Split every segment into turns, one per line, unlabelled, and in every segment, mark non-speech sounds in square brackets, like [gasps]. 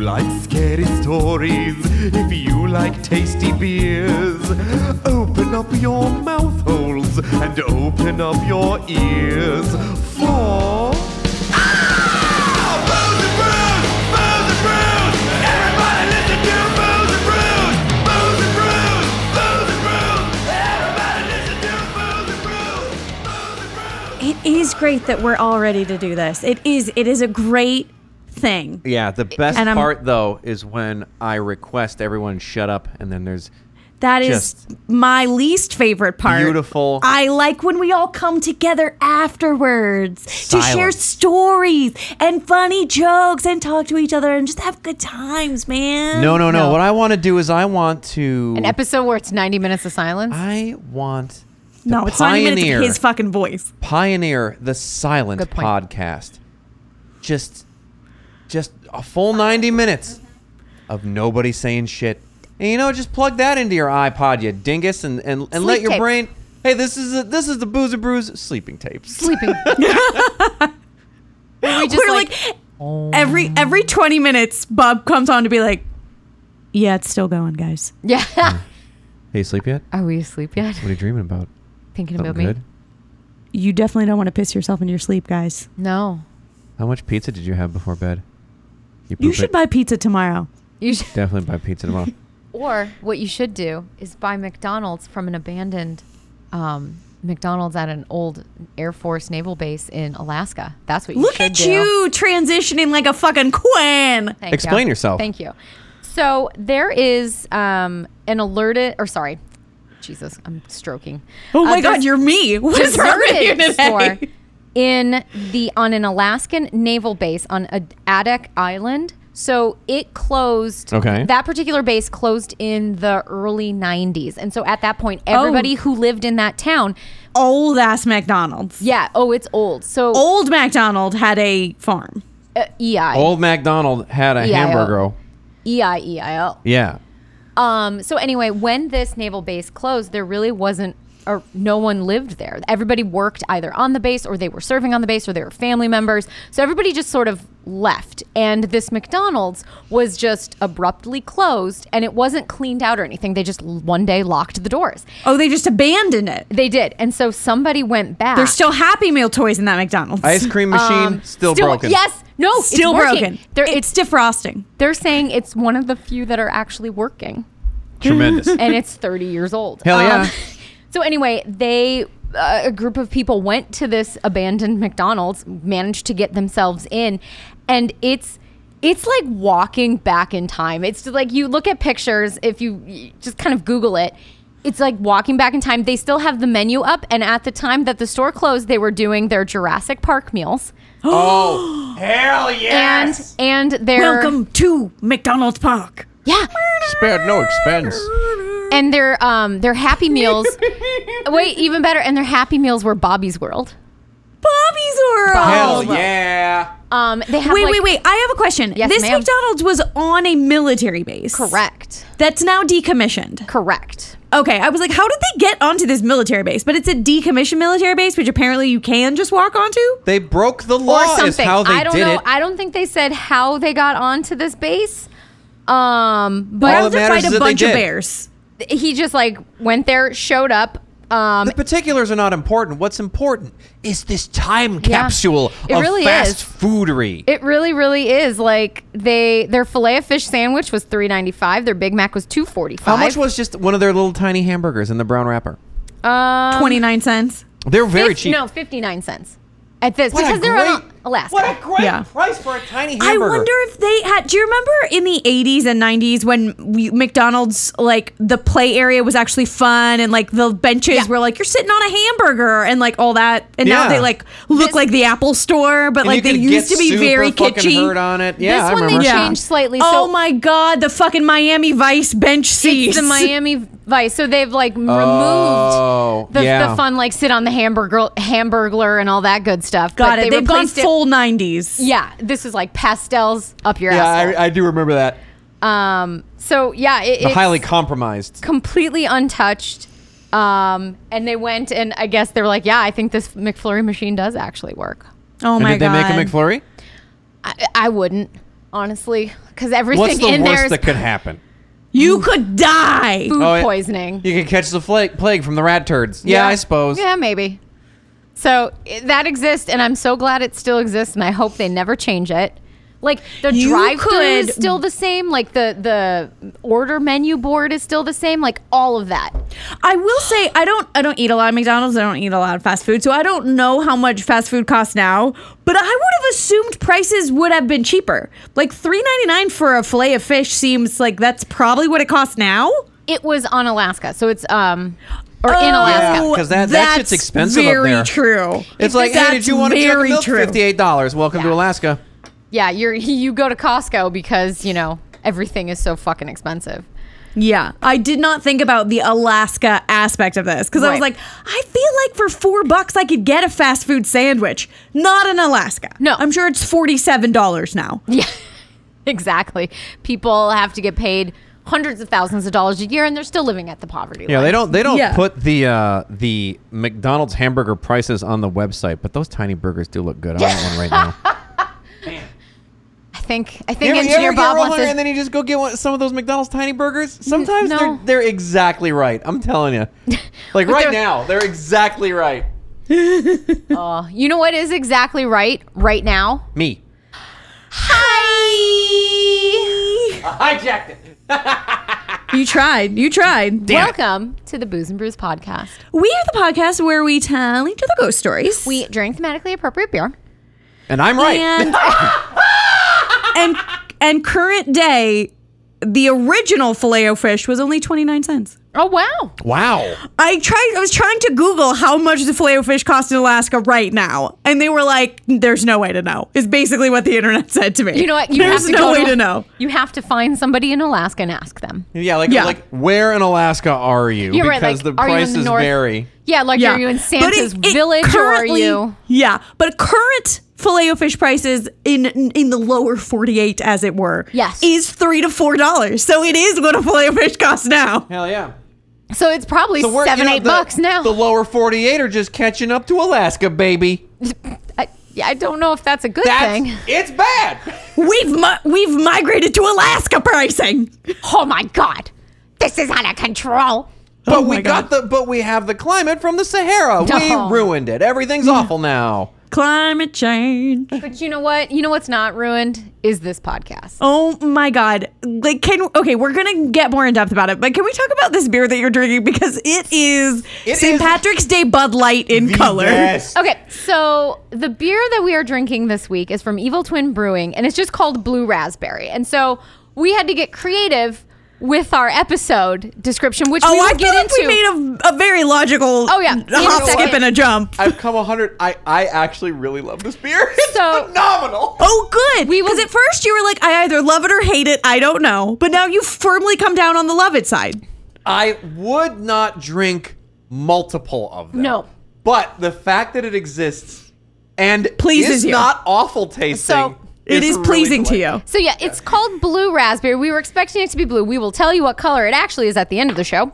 like scary stories, if you like tasty beers, open up your mouth holes and open up your ears for.
It is great that we're all ready to do this. It is. It is a great thing.
Yeah, the best
And I'm-
part though is when I request everyone shut up, and then there's
That is
Just
my least favorite part.
Beautiful.
I like when we all come together afterwards to share
Silence.
stories and funny jokes and talk to each other and just have good times, man.
no, Oh, [laughs] no, no. What I want to do is I want to.
An episode where it's 90 minutes of silence.
I want the
No, it's not even
pioneer,
it's his fucking voice.
pioneer the silent
Good point.
podcast. Just, just a full ninety minutes of nobody saying shit. And you know, just plug that into your iPod, you dingus, and and, and let
Sleep
your
tape.
brain. Hey, this is a, this is the booze and brews sleeping
[laughs]
tapes.
Sleeping. we just
We're like,
like,
every every twenty minutes, Bob comes on to be like, "Yeah, it's still going, guys."
yeah.
Hey, sleep yet? What
[laughs] Are we asleep yet?
are you dreaming about?
Thinking
Something
about me?
good?
You definitely don't want to piss yourself in your sleep, guys.
No.
How much pizza did you have before bed?
You
poop
should
it?
buy pizza tomorrow.
You
[laughs]
should.
definitely buy pizza tomorrow.
Or what you should do is buy McDonald's from an abandoned um, McDonald's at an old Air Force naval base in Alaska. That's what you
Look
should
at
do.
you transitioning like a fucking queen.
Thank you.
Explain yourself.
Thank you. So there is um, an alerted, or sorry, Jesus, I'm stroking.
Oh my
Uh,
god,
there's-
you're me. [laughs] What is wrong with you
deserted store
today?
in the on an Alaskan naval base on a, Adak Island. So it closed.
Okay.
That particular base closed in the early 90s, and so at that point,
Oh.
everybody who lived in that town,
Old ass McDonald's.
yeah, oh, it's old. So
Old McDonald had a farm.
uh, EI,
[laughs] Old McDonald had a
Yeah, I-
hamburger.
EI, EIL.
Yeah.
Um, so anyway, when this naval base closed, there really wasn't or no one lived there. Everybody worked either on the base or they were serving on the base or they were family members. So everybody just sort of left. And this McDonald's was just abruptly closed and it wasn't cleaned out or anything. They just l- one day locked the doors.
Oh, they just abandoned it.
They did. And so somebody went back.
There's still Happy Meal toys in that McDonald's.
Ice cream machine
Um,
still, broken.
Yes. No, it's
still
working.
broken.
They're,
it's
it's,
defrosting.
they're saying it's one of the few that are actually working.
Tremendous.
[laughs] and it's 30 years old. Um,
Hell yeah.
[laughs] so anyway, they uh, a group of people went to this abandoned McDonald's, managed to get themselves in, and it's it's like walking back in time. It's just like you look at pictures if you you just kind of Google it. It's like walking back in time. They still have the menu up, and at the time that the store closed, they were doing their Jurassic Park meals
oh, hell
and and their
Welcome to McDonald's Park.
yeah
Spared no expense.
and their um their
[laughs]
Happy Meals. wait, even better, and their Happy Meals were Bobby's World.
Bobby's World.
Oh,
Hell yeah.
Um, they have
Wait,
like-
wait, wait. I have a question.
Yes,
this
ma'am.
McDonald's was on a military base.
Correct,
That's now decommissioned.
correct.
Okay, I was like, how did they get onto this military base? But it's a decommissioned military base, which apparently you can just walk onto.
They broke the
Or
law is
something.
how they
I don't
did
know.
it.
I don't think they said how they got onto this base. Um, but
All
Have to
matters
fight
is
a
that they
bunch of
did.
bears.
he just like went there, showed up. Um,
the particulars are not important. What's important is this time capsule
It
of
really
fast
is.
foodery.
it really, really is like they their fillet of fish sandwich was three ninety five. Their Big Mac was two forty
how
five.
much was just one of their little tiny hamburgers in the brown wrapper?
um,
Twenty nine cents.
They're very
fif-
cheap.
No, fifty nine cents at this
What a
because they're on
great-
Alaska.
What a great
Yeah.
price for a tiny
I
hamburger.
wonder if they had. Do you remember in the eighties and nineties when we, McDonald's like the play area was actually fun and like the benches were like you're sitting on a hamburger and like all that. And now
Yeah.
they like look
This-
like the Apple Store, but
And
like
you
they
could
used
get
to be
super
very
fucking
kitschy.
hurt on it. Yeah,
This
I
one they
remember.
Yeah. changed slightly,
Oh
so-
my god, the fucking Miami Vice bench
It's
seats.
the Miami Vice. So they've like m-
Oh,
removed the,
yeah.
the fun, like sit on the hamburger, hamburglar, and all that good stuff.
Got it. They have gone
replaced it-
full nineties.
Yeah, this is like pastels up your
Yeah,
asshole.
I, I do remember that.
um, so yeah, it,
The
it's Oh
highly compromised.
completely untouched. Um, and they went, and I guess they were like, "Yeah, I think this McFlurry machine does actually work."
Oh
And
my
did they
god.
make a McFlurry?
I, I wouldn't. honestly, because everything
What's the
in there
worst
is
that could happen?
You could die.
food
Oh, yeah.
poisoning.
You could catch the fla- plague from the rat turds. Yeah, I suppose.
Yeah, maybe. So i- that exists, and I'm so glad it still exists, and I hope they never change it. Like the
You
drive through is
could-
still the same. Like the the order menu board is still the same. Like all of that.
I will say I don't I don't eat a lot of McDonald's. I don't eat a lot of fast food, so I don't know how much fast food costs now. But I would have assumed prices would have been cheaper. Like three ninety nine for a fillet of fish seems like that's probably what it costs now.
It was on Alaska, so it's um or in
Oh,
Alaska.
Yeah, 'cause that- that shit's
that's
expensive up
Very
there.
true.
It's like, hey,
That's
did you want to
very
milk?
true.
Fifty-eight dollars. Welcome to
Yeah.
Alaska.
Yeah, you're [laughs] you go to Costco because you know everything is so fucking expensive. [laughs]
Yeah, I did not think about the Alaska aspect of this because I was
Right.
like, I feel like for four bucks I could get a fast food sandwich. Not in Alaska.
No.
I'm sure it's forty seven dollars now.
Yeah, exactly. People have to get paid hundreds of thousands of dollars a year, and they're still living at the poverty
Yeah,
line.
they don't. They don't
Yeah.
put the uh, the McDonald's hamburger prices on the website, but those tiny burgers do look good. I want one right now.
I think I
You
think
ever- you
engineer
ever get
Bob
real
wants
hungry
to
and then you just go get one, some of those McDonald's tiny burgers. Sometimes
no.
they're, they're exactly right. I'm telling you, like right
they're-
now, they're exactly right.
You know what is exactly right right now?
Me,
Hi.
I hijacked it.
You tried. You tried.
Welcome to the Booze and Brews podcast.
We are the podcast where we tell each other ghost stories.
We drink thematically appropriate beer.
And I'm right.
and [laughs] and, and current day, the original filet o fish was only twenty nine cents.
Oh wow!
wow.
I tried. I was trying to Google how much the filet o fish cost in Alaska right now, and they were like, "There's no way to know." Is basically what the internet [laughs] said to me.
You know what? You
There's no
go
way to know.
You have to find somebody in Alaska and ask them.
Yeah, like
Yeah.
like where in Alaska are you?
You're
because
right. Like,
the
are you
prices
in the north?
vary.
Yeah, like
Yeah,
are you in
But it-
Santa's
it
village or are
currently-
you?
Yeah, but current filet o fish prices in in the lower forty eight, as it were,
Yes.
is three to four dollars. So it is what a filet o fish costs now.
Hell yeah.
So it's probably
So we're-
seven,
you know,
eight
the-
bucks now.
The lower 48 are just catching up to Alaska, baby.
I, yeah, I don't know if that's a good
That's
thing.
it's
[laughs]
bad.
We've mi- we've migrated to Alaska pricing.
Oh my god, this is out of control.
But
Oh
we
my
got the but we have the climate from the Sahara.
No.
We ruined it. Everything's awful now.
Climate change.
But you know what? You know what's not ruined is this podcast.
Oh my god. Like can okay, we're gonna get more in depth about it, but can we talk about this beer that you're drinking? Because it is
It
St.
is
Patrick's Day Bud Light in
[laughs]
color.
Okay, so the beer that we are drinking this week is from Evil Twin Brewing, and it's just called Blue Raspberry. And so we had to get creative with our episode description, which
Oh,
we will
I
get
get
into.
we made a, a very logical
Oh, yeah.
a
In a
hop,
second.
skip, and a jump.
I've come 100 I I actually really love this beer. [laughs] It's
So-
phenomenal.
Oh good.
We will-
Because at first you were like, I either love it or hate it, I don't know. But now you've firmly come down on the love it side.
I would not drink multiple of them.
No.
But the fact that it exists and
Pleases
is
you.
not awful tasting.
So,
It
is
is
really
pleasing to
delightful.
you.
so yeah, it's called Blue Raspberry. We were expecting it to be blue. We will tell you what color it actually is at the end of the show.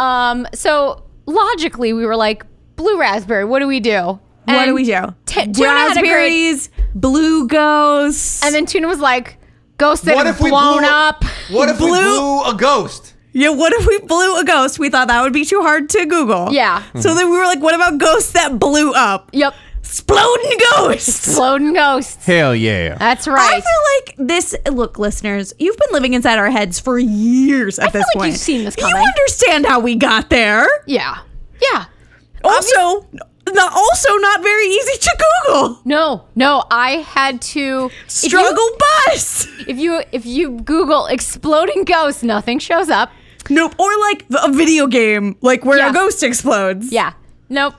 Um, so logically, we were like, Blue Raspberry. What do we do?
What do
And
we do?
T- Tuna had a great-
Raspberries, blue ghosts.
and then Tuna was like, Ghost that
What
have
if we
blown
blew,
up.
What
[laughs]
if we
Blew-
blew a ghost?
Yeah, what if we blew a ghost? We thought that would be too hard to Google.
Yeah.
So then we were like, what about ghosts that blew up?
Yep.
Exploding ghosts.
Floating ghosts.
Hell yeah.
That's
I
right.
feel like this. Look, listeners, you've been living inside our heads for years at
feel
this
like
point.
you've seen this
You
coming.
understand how we got there.
Yeah. Yeah.
Also, not, also not very easy to Google.
No, no, I had to if you-
Struggle bus.
If you, if you Google exploding ghosts, nothing shows up.
Nope. Or like a video game, like where
Yeah.
a ghost explodes.
Yeah. Nope.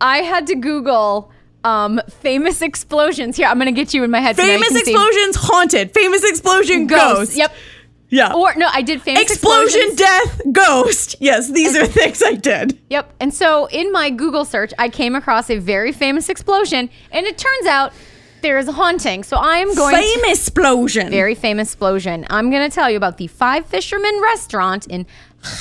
I had to Google um famous explosions. Here, I'm gonna get you in my head. so now you
Famous
can see.
explosions haunted. Famous explosion
Ghosts.
ghost.
Yep.
Yeah.
Or no, I did famous
explosion,
explosions.
death, ghost. Yes, these are things I did.
Yep. And so in my Google search, I came across a very famous explosion, and it turns out there is a haunting. So I am going to
Famous explosion.
very famous explosion. I'm going to tell you about the Five Fishermen Restaurant in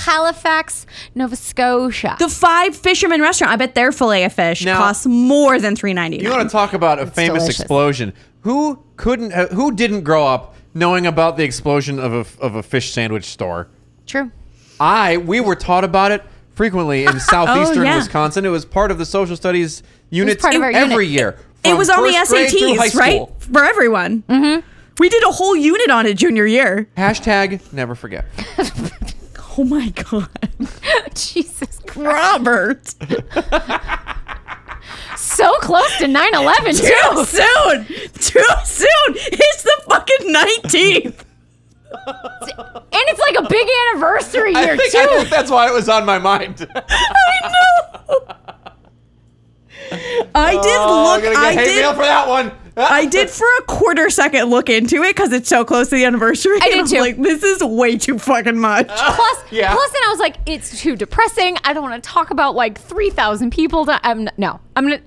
Halifax, Nova Scotia.
the Five Fishermen Restaurant. I bet their fillet of fish
Now-
costs more than three ninety.
You want to talk about a famous
delicious.
explosion? Who Who couldn't? Uh, who didn't grow up knowing about the explosion of a f- of a fish sandwich store? [laughs]
True.
I we were taught about it frequently
[laughs]
in southeastern
Oh, yeah.
Wisconsin. It was part of the social studies units
part of our
every
unit.
year.
It
from
was on the
first grade through high
SATs, right?
school.
For everyone. Mm-hmm. We did a whole unit on it junior year.
Hashtag never forget.
Oh my god,
Jesus Christ.
Robert!
So close to
[laughs]
9
[laughs]
11,
Too
too.
soon. Too soon. It's the fucking nineteenth.
And it's like a big anniversary year,
I think,
too.
I think that's why it was on
[laughs]
my mind. [laughs]
I did
I'm
look.
Oh, gonna get
Oh, I
hate mail
did.
for that one.
[laughs] I did for a quarter second look into it because it's so close to the anniversary.
I
and [laughs]
did
was
too.
Like this is way too fucking much.
Plus,
[laughs] Yeah.
plus, and I was like, it's too depressing. I don't want to talk about like three thousand people. To, I'm n- no, I'm gonna.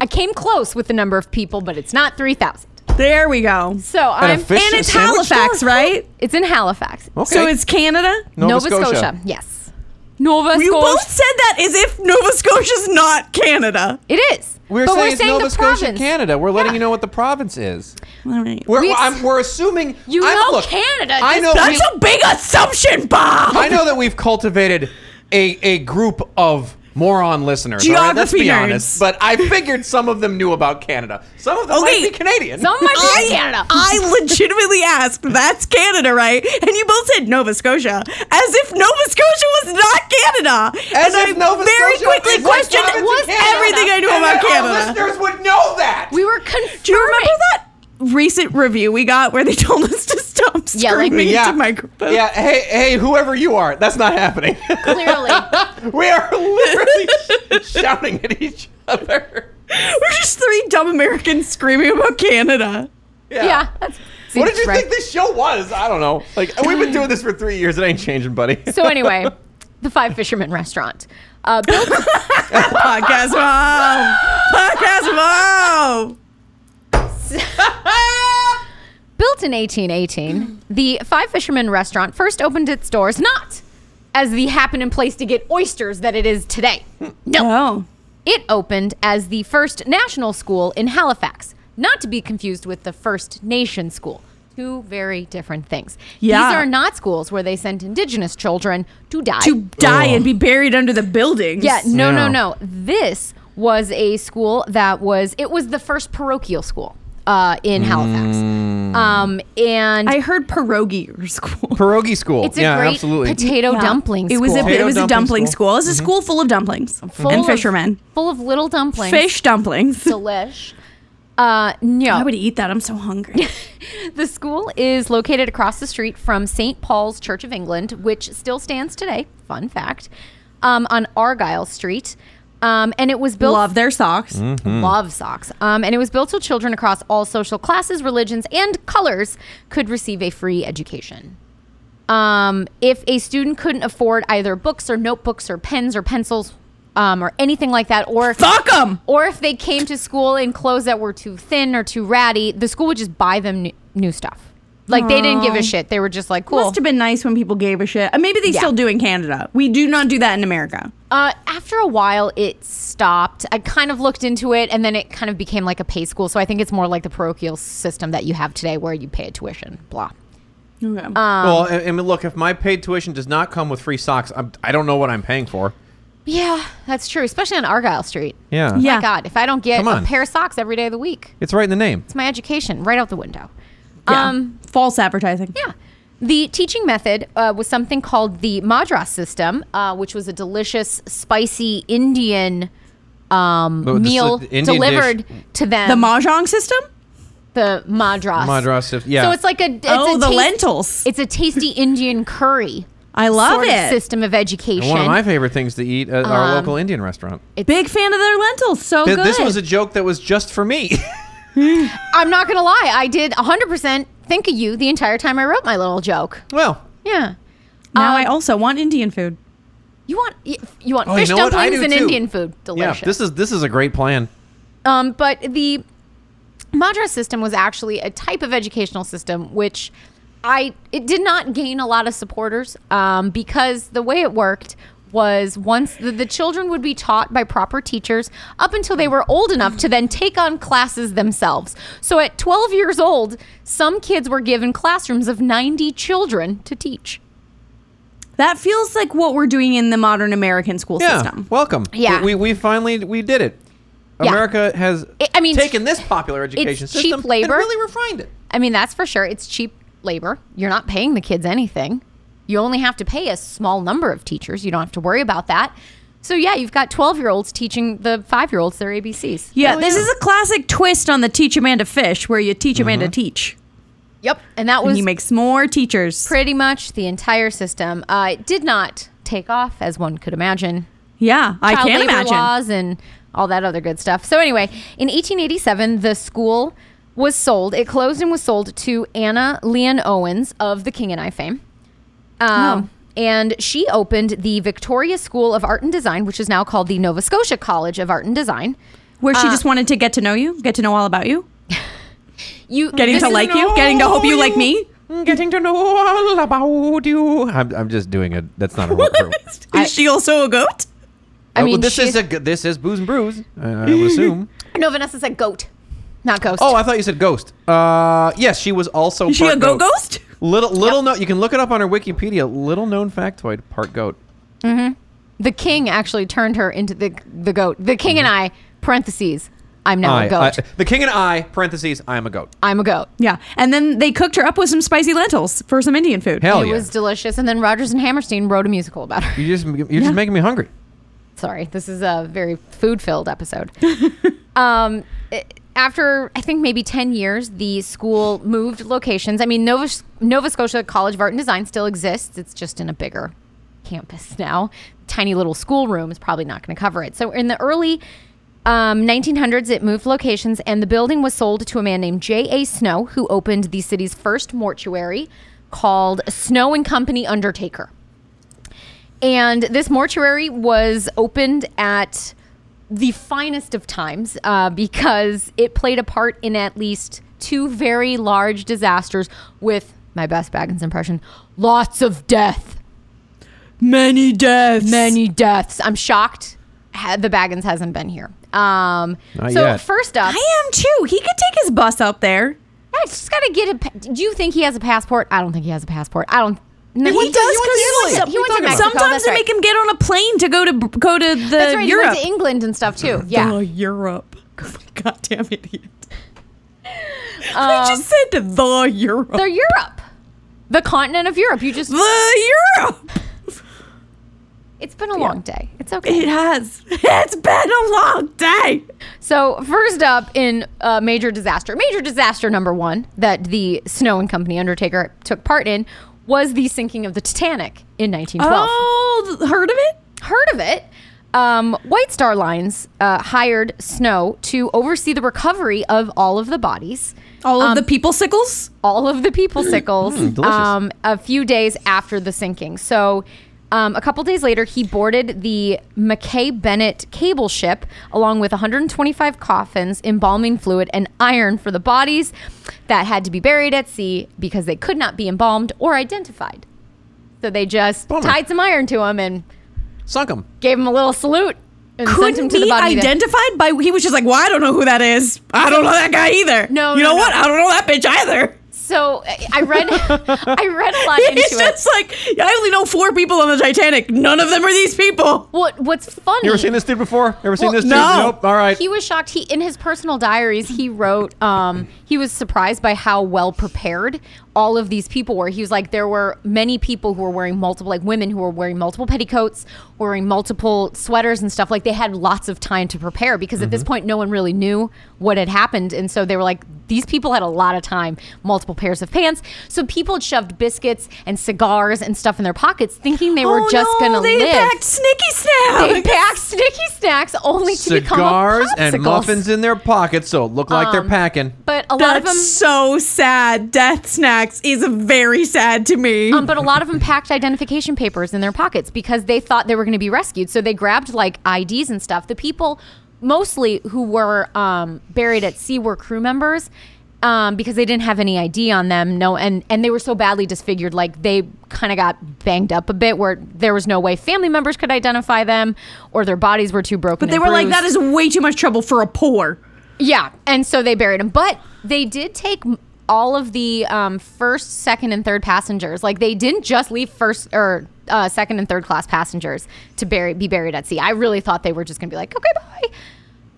I came close with the number of people, but it's not three thousand.
There we go.
So I'm.
fish-
And it's
A sandwich
Halifax,
store?
right?
it's in Halifax,
Okay.
So it's Canada.
Nova Scotia.
Yes, Nova
You
Scotia.
both said that as if Nova Scotia's not Canada.
it is.
We're
but
saying
we're
it's
saying
Nova
the
Scotia,
province.
Canada. We're letting you know what the province is.
All right.
We're,
We-
I'm, we're assuming.
You
I'm,
know
look,
Canada.
I
Just-
know.
That's
we-
a big assumption, Bob.
I know that we've cultivated a, a group of moron listeners. all right? Let's be
Geography nerds.
honest. But I figured some of them knew about Canada. Some of them
Okay.
might be Canadian.
Some might be in Canada.
I legitimately asked, that's Canada, right? And you both said Nova Scotia, as if Nova Scotia was not Canada.
As
and
if
I
Nova
very
Scotia is
quickly
the
questioned
province of
was
Canada,
everything I knew
and
about
our
Canada.
listeners would know that.
we were confirming.
Do you remember that recent review we got where they [laughs] told us to stop
Yeah, like-
screaming into microphones?
[laughs] Yeah. Hey, hey, whoever you are, that's not happening. [laughs]
Clearly,
we are literally [laughs] sh- shouting at each [laughs] other.
We're just three dumb Americans screaming about Canada.
yeah. That's,
What did you
right.
think this show was? I don't know. Like we've been doing this for three years. It ain't changing, buddy.
[laughs] So anyway, the Five Fishermen Restaurant.
[laughs]
Uh, Bill
Podcast mom. Podcast mom.
Built in 1818, the Five Fishermen restaurant first opened its doors not as the happen in place to get oysters that it is today. No.
Oh.
It opened as the first national school in Halifax, not to be confused with the First Nation school. Two very different things.
Yeah.
These are not schools where they sent indigenous children to die.
To die
Ugh.
and be buried under the buildings.
yeah, no,
Yeah.
no, no. This was a school that was, it was the first parochial school uh, in Halifax. Um, and
Mm. I heard pierogi [laughs] or school.
[laughs] Pierogi school.
It's a great potato dumpling
It was
school.
a it
Potato
was a
dumpling
dumpling
school.
school.
Mm-hmm.
It was a school full of dumplings
Full
and
of-
fishermen.
full of little dumplings.
Fish
[laughs]
dumplings.
delish. Uh, no,
I would eat that. I'm so hungry.
the school is located across the street from St. Paul's Church of England, which still stands today. Fun fact, um, on Argyle Street, um, and it was built.
Love their socks.
Mm.
Love socks. Um, and it was built so children across all social classes, religions, and colors could receive a free education. Um, if a student couldn't afford either books or notebooks or pens or pencils um, or anything like that, or
Fuck 'em!
or if they came to school in clothes that were too thin or too ratty, the school would just buy them new, new stuff. Like they didn't give a shit. They were just like, cool.
Must have been nice when people gave a shit. Uh, Maybe they
Yeah.
still do in Canada. We do not do that in America.
Uh, after a while, it stopped. I kind of looked into it, and then it kind of became like a pay school. So I think it's more like the parochial system that you have today, where you pay a tuition. Blah.
Okay.
Uh, Um,
well, I I mean, look, if my paid tuition does not come with free socks, I'm, I don't know what I'm paying for.
Yeah, that's true, especially on Argyle Street.
Yeah.
Yeah.
My God, if I don't get
Come
a
on.
pair of socks every day of the week,
It's right in the name.
it's my education right out the window.
Yeah.
Um,
False advertising.
yeah. The teaching method uh, was something called the Madras system, uh, which was a delicious, spicy Indian um,
Oh, this is
meal
the Indian
delivered to them.
The mahjong system.
the madras.
Madras, if- yeah.
So it's like a it's
oh,
a
the
tas-
lentils.
It's a tasty Indian curry.
I love
sort of
it.
system of education.
And one of my favorite things to eat at
Um,
our local Indian restaurant.
Big fan of their lentils. So
Th-
good.
this was a joke that was just for me. [laughs]
I'm not gonna lie, I did 100 percent think of you the entire time I wrote my little joke.
well,
Yeah.
now
um,
I also want Indian food.
You want y- you want
Oh, you
fish
know what? I
dumplings
do
and
too.
Indian food. Delicious.
yeah, this is this is a great plan.
Um, but the Madras system was actually a type of educational system which I it did not gain a lot of supporters um, because the way it worked was once the, the children would be taught by proper teachers up until they were old enough to then take on classes themselves. So at 12 years old, some kids were given classrooms of 90 children to teach.
That feels like what we're doing in the modern American school
Yeah.
system.
Welcome.
Yeah.
We, we we finally we did it.
Yeah.
America has
I- I mean,
taken this popular education
it's cheap
system
labor.
and really refined it.
I mean, that's for sure. It's cheap labor. You're not paying the kids anything. You only have to pay a small number of teachers. You don't have to worry about that. So, yeah, you've got 12 year olds teaching the five year olds their ABCs.
Yeah,
Oh,
this
yeah.
is a classic twist on the teach a man to fish, where you
Mm-hmm.
teach a man to teach,
Yep. And that
and
was
he makes more teachers.
pretty much the entire system. Uh, it did not take off as one could imagine.
yeah, I
child
can
labor
imagine.
laws and all that other good stuff. So anyway, in 1887, the school was sold. It closed and was sold to Anna Leon Owens of the King and I fame.
Oh.
Um, And she opened the Victoria School of Art and Design, which is now called the Nova Scotia College of Art and Design.
Where
uh,
she just wanted to get to know you, get to know all about you,
You
getting
this
to
is-
like you, getting to hope you like me.
Mm, Getting to know all about you. I'm, I'm just doing a. That's not a word.
[laughs]
Oh,
Is she also a goat?
[laughs] I mean,
this is a g- this is booze and brews. I, I would
[laughs]
assume.
no. Vanessa said goat, not ghost.
Oh, I thought you said ghost. Uh, yes, she was also.
Is she
part
a goat ghost?
Little little no, you can look it up on her Wikipedia. Little known factoid: part goat.
the king actually turned her into the the goat. The king and
Mm-hmm.
I parentheses. I'm now
I,
a goat.
I- the king and I parentheses. I am a goat.
I'm a goat.
Yeah, and then they cooked her up with some spicy lentils for some Indian food.
Hell
it
Oh, yeah!
was delicious. And then Rogers and Hammerstein wrote a musical about her.
you just you're
Yeah.
just making me hungry.
[laughs] Sorry, this is a very food-filled episode.
[laughs]
um, i- after I think maybe ten years, the school moved locations. I mean, Nova Nova Scotia College of Art and Design still exists. It's just in a bigger campus now. Tiny little schoolroom is probably not going to cover it. So in the early um, 1900s, it moved locations, and the building was sold to a man named J.A. Snow, who opened the city's first mortuary called Snow and Company Undertaker. And this mortuary was opened at the finest of times uh, because it played a part in at least two very large disasters with my best Baggins impression lots of death.
Many deaths.
Many deaths. I'm shocked ha- the Baggins hasn't been here. Um,
Not
so,
yet.
first up,
I am too. He could take his bus up there.
I just got to get a. pa- Do you think he has a passport? I don't think he has a passport. I don't. No,
He, does
went to
because
Italy. He went to Mexico,
sometimes
that's
they
right.
make him get on a plane to go to go to the
That's right.
Europe.
He went to England and stuff too. Yeah.
Oh, Europe. [laughs] Goddamn [laughs] idiot. Um, I just said the, the Europe.
They're Europe. The continent of Europe. You just
the Europe.
it's been a long day. It's okay.
It has. It's been a long day.
So, first up in uh, major disaster, major disaster number 1 that the Snow and Company Undertaker took part in was the sinking of the Titanic in 1912.
Oh, th- heard of it?
Heard of it? Um, White Star Lines uh, hired Snow to oversee the recovery of all of the bodies.
All of the people sickles?
all of the people sickles
Mm, delicious.
um, a few days after the sinking. So, um, a couple days later, he boarded the McKay Bennett cable ship along with 125 coffins, embalming fluid, and iron for the bodies that had to be buried at sea because they could not be embalmed or identified. So they just
Bummer.
tied some iron to him and
Sunk him.
gave him a little salute and sent him
Couldn't
to the
be
bottom. of the-
identified by. He was just like, well, I don't know who that is. I don't know that guy either.
No,
You
no,
know
no.
what? I don't know that bitch either.
So I I read, [laughs] I
[laughs]
read a lot into
It's
it.
just like, I only know four people on the Titanic. None of them are these people.
What What's funny?
You ever seen this dude before? Ever seen
Well,
this dude?
no.
Nope. All right.
He was shocked. He in his personal diaries, he wrote um, he was surprised by how well prepared all of these people were. He was like, there were many people who were wearing multiple, like women who were wearing multiple petticoats, wearing multiple sweaters and stuff. Like they had lots of time to prepare because at
Mm-hmm.
this point, no one really knew what had happened, and so they were like, these people had a lot of time, multiple pairs of pants. So people had shoved biscuits and cigars and stuff in their pockets, thinking they were
Oh,
just
no,
gonna
they
live.
packed Snicky Snap.
They packed snicky snacks only to
Cigars and
become popsicles.
muffins in their pockets, so it looked like they're
Um,
packing.
But a lot of
That's
them,
so sad. Death snacks is very sad to me.
um, but a lot of them packed identification papers in their pockets because they thought they were going to be rescued. So they grabbed like IDs and stuff. The people mostly who were um, buried at sea were crew members. um, because they didn't have any ID on them. No, and and they were so badly disfigured, like they kind of got banged up a bit, where there was no way family members could identify them, or their bodies were too broken.
But they
and
were like,
bruised.
that is way too much trouble for a poor.
Yeah, and so they buried him. But they did take m- all of the um, first, second, and third passengers. Like they didn't just leave first or uh, second and third class passengers to bury be buried at sea. I really thought they were just gonna be like, okay, bye.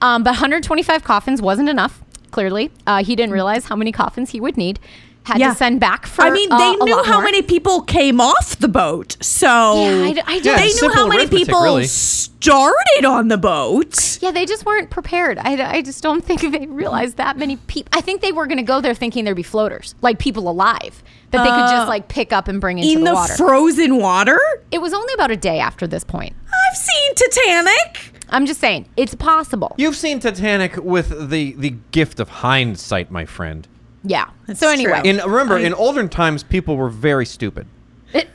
Um, but 125 coffins wasn't enough. Clearly, uh, he didn't realize how many coffins he would need. Had to send back for.
Mm. I mean,
uh,
they
a
knew
lot
how
more.
many people came off the boat, so
Yeah, I d- I don't-
they
it's
knew how
simple
many
arithmetic,
people
really.
started on the boat.
Yeah, they just weren't prepared. I, I just don't think they realized that many people. I think they were going to go there thinking there'd be floaters, like people alive, that they could just like pick up and bring into
Oh. In
the,
the,
water.
frozen water,
it was only about a day after this point.
I've seen Titanic.
I'm just saying, it's possible.
You've seen Titanic with the the gift of hindsight, my friend.
yeah. So anyway,
true.
In remember, in olden times, people were very stupid.
[laughs]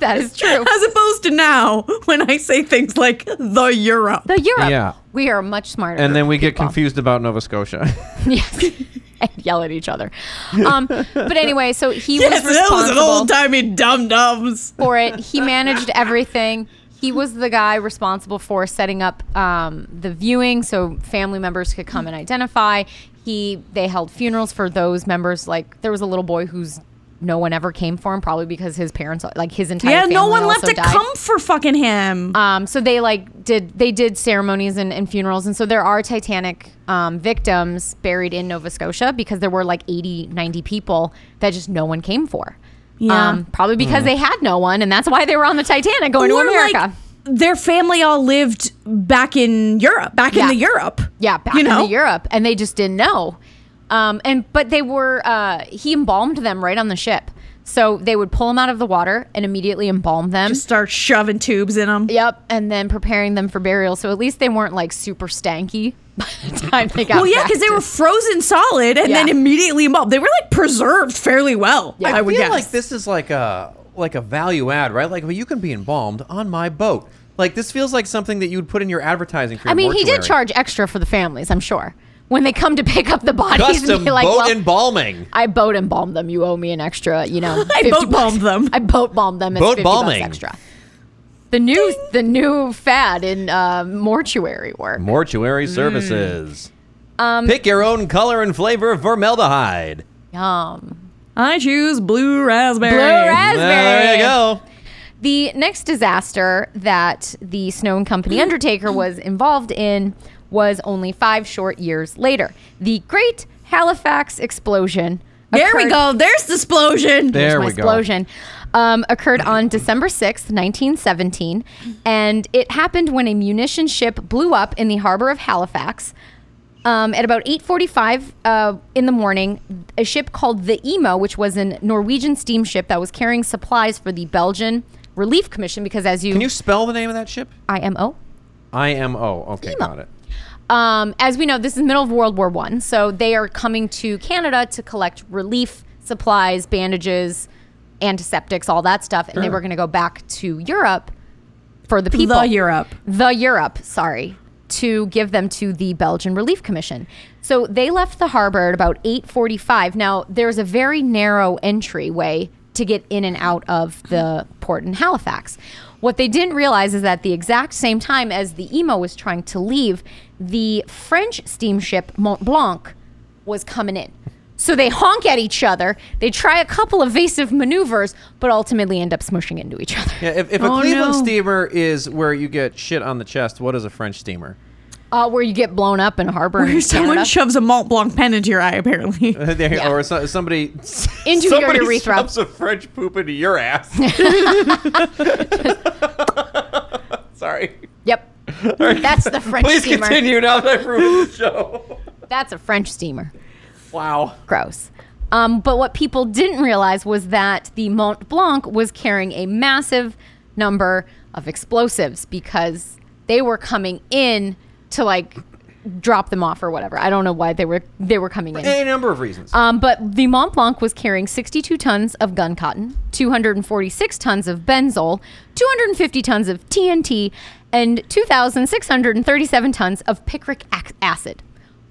that is true.
As opposed to now, when I say things like the Euro.
The Europe,
Yeah.
we are much smarter.
And then we get
people.
confused about Nova Scotia. [laughs]
[laughs] Yes. and yell at each other. Um, but anyway, so he
[laughs] yes,
was
that
responsible.
was an old timey dum dums.
for it. He managed everything. He was the guy responsible for setting up um, the viewing, so family members could come and identify. He they held funerals for those members. Like there was a little boy who's no one ever came for him, probably because his parents, like his entire
Yeah, no
family
one left
also
to
died.
come for fucking him.
Um, so they like did they did ceremonies and, and funerals, and so there are Titanic um, victims buried in Nova Scotia because there were like 80, 90 people that just no one came for. Um,
Yeah.
probably because they had no one, and that's why they were on the Titanic going to America.
their family all lived back in Europe, back in
Yeah.
the Europe.
yeah, back
you know?
into Europe, and they just didn't know. Um, and but they were uh, he embalmed them right on the ship, so they would pull them out of the water and immediately embalm them.
Just start shoving tubes in them.
Yep, and then preparing them for burial. So at least they weren't like super stanky [laughs] by the time they got.
Well, yeah, because they were frozen solid and then
Yeah.
immediately embalmed. They were like preserved fairly well. I, would
feel
guess.
like this is like a like a value add, right? Like well, you can be embalmed on my boat. Like this feels like something that you would put in your advertising. For your
I mean, he did
mortuary.
charge [laughs] extra for the families, I'm sure. When they come to pick up the bodies,
custom
and be like,
boat
well,
embalming.
I boat embalmed them. You owe me an extra, you [laughs] know.
I
50
boat bombed
bucks.
them.
[laughs] I boat bombed them. It's
Boat
50 bucks
bombing.
extra. The new the new fad in uh, mortuary work.
Mortuary
Mm.
services.
Um,
Pick your own color and flavor of formaldehyde.
Yum.
I choose blue raspberry.
Blue
Well, there
raspberry.
you go.
The next disaster that the Snow and Company
[clears throat]
Undertaker was involved in was only five short years later. The Great Halifax Explosion.
There we
occurred-
go. There's the explosion.
There
my
we go.
explosion um, occurred on December 6th, 1917, and it happened when a munition ship blew up in the harbor of Halifax. Um, at about 8:45 uh, in the morning, a ship called the Emo, which was a Norwegian steamship that was carrying supplies for the Belgian Relief Commission, because as you,
Can you spell the name of that ship?
IMO,
I M O. Okay,
Emo.
got it.
um, as we know, this is middle of World War One, so they are coming to Canada to collect relief supplies, bandages, antiseptics, all that stuff, and they were going to go back to Europe for the people,
The Europe.
the Europe, sorry, to give them to the Belgian Relief Commission. So they left the harbor at about 8:45. Now, there's a very narrow entryway to get in and out of the port in Halifax. What they didn't realize is that the exact same time as the Emo was trying to leave, the French steamship Mont Blanc was coming in. So they honk at each other. They try a couple evasive maneuvers, but ultimately end up smushing into each other.
Yeah, if, if a
Oh,
Cleveland
no.
steamer is where you get shit on the chest, what is a French steamer? [laughs]
Uh, where you get blown up in a harbor. in
Where [laughs] someone
Canada.
shoves a Mont Blanc pen into your eye, apparently.
There-
Yeah.
Or so, somebody
Into your
somebody
urethra.
shoves a French poop into your
[laughs]
ass. [laughs] Sorry. [laughs]
Yep. That's the French
Please
steamer.
continue now that I've ruined the show.
That's a French steamer.
Wow.
Gross. Um, but what people didn't realize was that the Mont Blanc was carrying a massive number of explosives because they were coming in to like drop them off or whatever. I don't know why they were they were coming in.
Any number of reasons.
Um, but the Mont Blanc was carrying 62 tons of gun cotton, 246 tons of benzol, 250 tons of TNT, and 2,637 tons of picric ac- acid.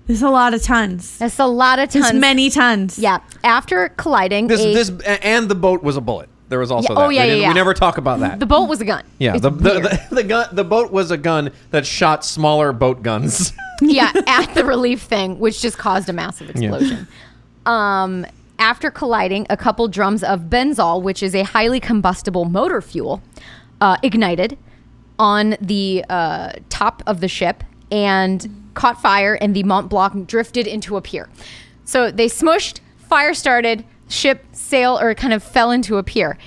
There's a lot of tons.
That's a lot of
There's
tons.
many tons.
Yeah. After colliding,
This,
a-
this, a- and the boat was a bullet. There was also
Yeah,
that.
oh, yeah,
we,
yeah,
didn't-
yeah.
we never talk about that.
the boat was a gun.
yeah,
It's
the the,
weird.
the the gun the boat was a gun that shot smaller boat guns. [laughs]
yeah, at the relief thing, which just caused a massive explosion. Um, after colliding, a couple drums of benzol, which is a highly combustible motor fuel, uh, ignited on the uh, top of the ship and caught fire, and the Mont Blanc drifted into a pier. So they smushed, fire started, ship sail or kind of fell into a pier.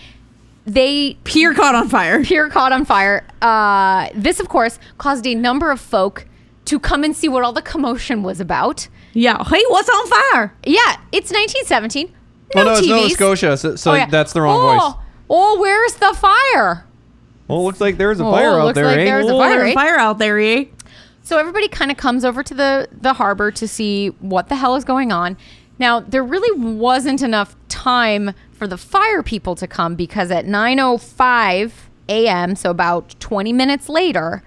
They
Pier caught on fire.
pier caught on fire. Uh, this, of course, caused a number of folk to come and see what all the commotion was about.
Yeah. Hey, what's on fire?
Yeah, it's 1917. No
Oh no, it's
TVs.
Nova Scotia, so, so
Oh, yeah.
that's the wrong
oh,
voice.
Oh, where's the fire?
Well, looks like there's a
Oh,
fire out
looks
there,
like
eh?
there's a
Oh,
fire,
there's
eh?
fire out there, eh?
So everybody kind of comes over to the the harbor to see what the hell is going on. Now, there really wasn't enough time for the fire people to come because at 9:05 a.m., so about 20 minutes later,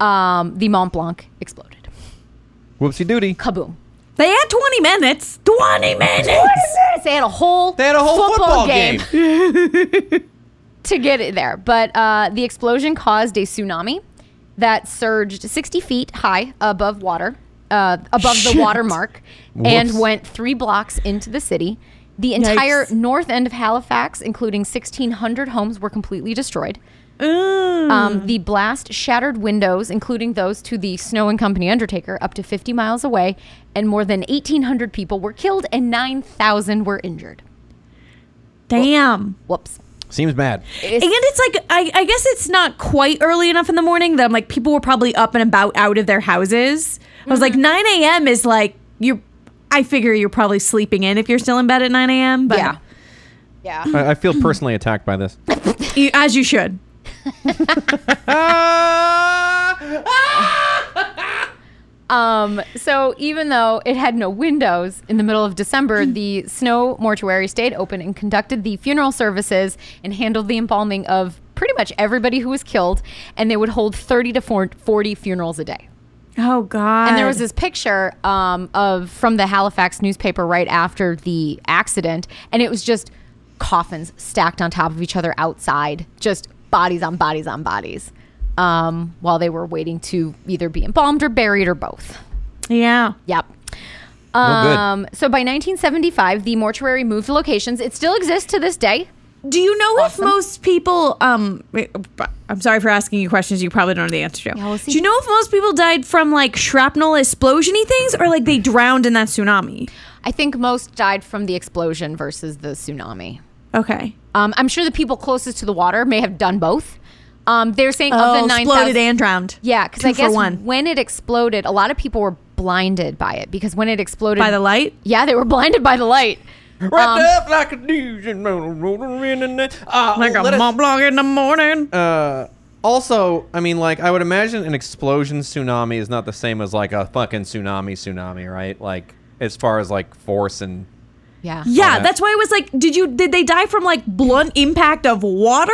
um, the Mont Blanc exploded.
Whoopsie doody.
Kaboom.
They had 20 minutes. 20 minutes.
They had a whole
They had a whole football, game.
[laughs] to get it there. But uh, the explosion caused a tsunami that surged 60 feet high above water, uh, above
Shit.
the watermark, and
Whoops.
went three blocks into the city. The entire
Yikes.
north end of Halifax, including 1,600 homes, were completely destroyed.
Mm.
Um, the blast shattered windows, including those to the Snow and Company Undertaker, up to 50 miles away, and more than 1,800 people were killed and 9,000 were injured.
Damn.
Whoops.
Seems bad.
It's-
and it's like I, I guess it's not quite early enough in the morning that I'm like people were probably up and about out of their houses. I was like 9 a.m. is like you're. I figure you're probably sleeping in if you're still in bed at 9 a.m. But
yeah. Yeah.
I, I feel personally attacked by
[clears throat]
this.
you, as you should.
Um, so even though it had no windows in the middle of December, the Snow Mortuary stayed open and conducted the funeral services and handled the embalming of pretty much everybody who was killed. And they would hold 30 to 40 funerals a day.
Oh God.
And there was this picture um, of from the Halifax newspaper right after the accident, and it was just coffins stacked on top of each other outside, just bodies on bodies on bodies, um, while they were waiting to either be embalmed or buried or both.
yeah.
Yep.
good.
Um, so by 1975, the mortuary moved locations. It still exists to this day.
Do you know if most people? Um, I'm sorry for asking you questions you probably don't know the answer to.
Yeah, we'll see.
Do you know if most people died from like shrapnel explosiony things, or like they drowned in that tsunami?
I think most died from the explosion versus the tsunami.
Okay.
Um, I'm sure the people closest to the water may have done both. Um, they're saying of
Oh,
the 9,000.
exploded and drowned.
yeah, because
Two
I guess
for one
when it exploded, a lot of people were blinded by it because when it exploded.
by the light.
Yeah, they were blinded by the light.
Um,
Wrapped up like a news and rolling in the night. Uh, let us-
Blanc in the morning.
uh, also, I mean, like, I would imagine an explosion tsunami is not the same as like a fucking tsunami tsunami, right? Like, as far as like force and
Yeah.
yeah,
that.
that's why I was like, did you did they die from like blunt impact of water,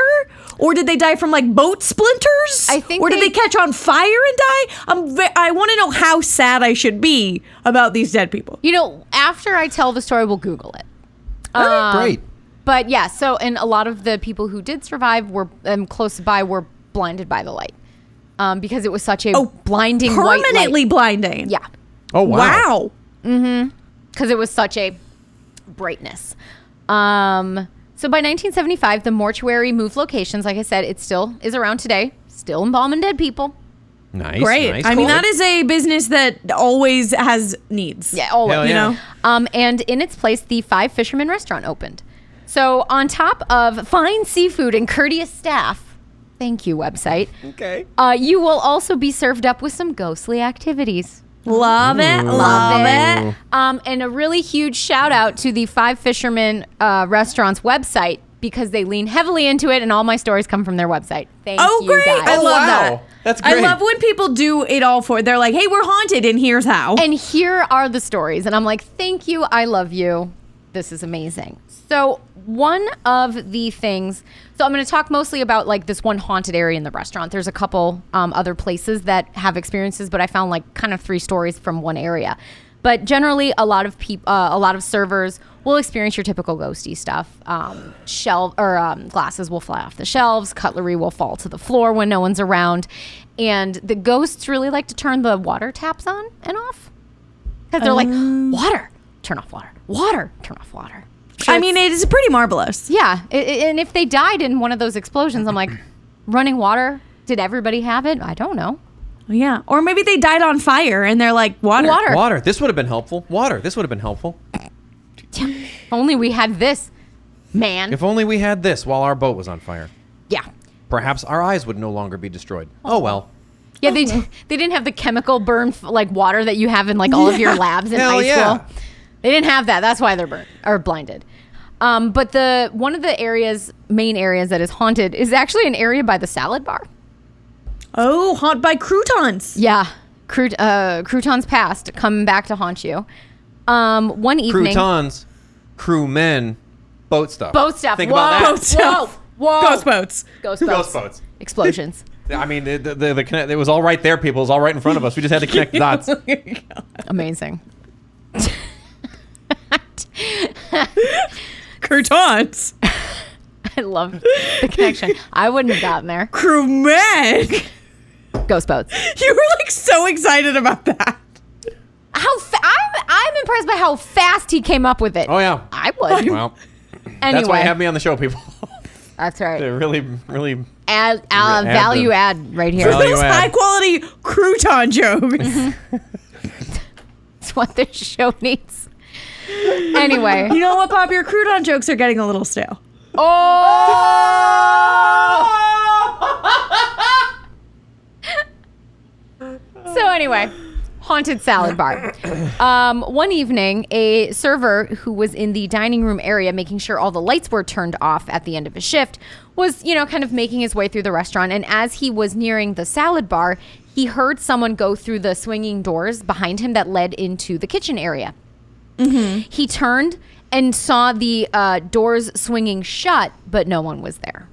or did they die from like boat splinters?
I think
or did they,
they-
catch on fire and die? I'm ve- I want to know how sad I should be about these dead people.
You know, after I tell the story, we'll Google it. Um,
great.
But yeah, so and a lot of the people who did survive were um, close by were blinded by the light um, because it was such a
Oh,
blinding white light.
Permanently blinding.
Yeah,
Oh
Wow.
because it was such a brightness. Um, so by 1975, the mortuary moved locations. Like I said, it still is around today, still embalming dead people.
Nice.
Great.
nice.
I mean,
Cool.
that is a business that always has needs.
Yeah, always.
Hell
You
yeah.
know?
Um, and in its place, the Five Fishermen restaurant opened. So on top of fine seafood and courteous staff, thank you website.
Okay.
Uh, you will also be served up with some ghostly activities.
Love it. Love it.
Um, and a really huge shout out to the Five Fishermen uh, Restaurant's website because they lean heavily into it, and all my stories come from their website. Thank
Oh,
you
great.
guys.
I
Oh,
love
wow.
that.
That's
I
great.
love when people do it all for. They're like, "Hey, we're haunted, and here's how."
and here are the stories. And I'm like, thank you. I love you. This is amazing. So, one of the things, so I'm going to talk mostly about like this one haunted area in the restaurant. There's a couple um, other places that have experiences, but I found like kind of three stories from one area. But generally, a lot of people, uh, a lot of servers will experience your typical ghosty stuff. Um, shelf or um, glasses will fly off the shelves. Cutlery will fall to the floor when no one's around, and the ghosts really like to turn the water taps on and off because they're like water, turn off water, water, turn off water.
I mean, it is pretty marvelous.
Yeah, i- i- and if they died in one of those explosions, I'm like, running water. Did everybody have it? I don't know.
Yeah. Or maybe they died on fire and they're like water.
Water.
Water. This would have been helpful. Water. This would have been helpful.
If Only we had this, man.
If only we had this while our boat was on fire.
yeah,
Perhaps our eyes would no longer be destroyed. Oh well.
yeah. They d- [laughs] they didn't have the chemical burn f- like water that you have in like all of your labs in
Hell
high
yeah.
school. They didn't have that. That's why they're burnt or blinded. Um, but the one of the areas, main areas that is haunted, is actually an area by the salad bar.
Oh, haunt by croutons.
Yeah, Crout- uh, croutons past come back to haunt you. Um, one evening,
Croutons, crew men, boat stuff.
boat stuff.
Think
whoa,
about that.
Boat stuff.
Whoa, whoa,
Ghost boats. [laughs]
ghost boats,
Ghost boats. [laughs]
explosions.
I mean, the, the, the, the connect, it was all right there, people. It was all right in front of us. We just
[laughs]
had to connect the dots.
Amazing. [laughs]
Croutons.
I love the [laughs] connection. I wouldn't have gotten there.
Crew men.
Ghost boats.
[laughs] You were like so excited about that.
How fa- I'm I'm impressed by how fast he came up with it.
Oh, yeah.
I would.
Well,
anyway,
that's why you have me on the show, people. [laughs]
that's right.
They're really, really
Add, uh,
add
value
them.
add right here.
Value
Those
add.
high quality crouton jokes.
[laughs] That's what this show needs. Anyway.
you know what, Bob? Your crouton jokes are getting a little stale.
So anyway, haunted salad bar. Um, one evening, a server who was in the dining room area making sure all the lights were turned off at the end of his shift was, you know, kind of making his way through the restaurant. And as he was nearing the salad bar, he heard someone go through the swinging doors behind him that led into the kitchen area. He turned and saw the uh, doors swinging shut, but no one was there.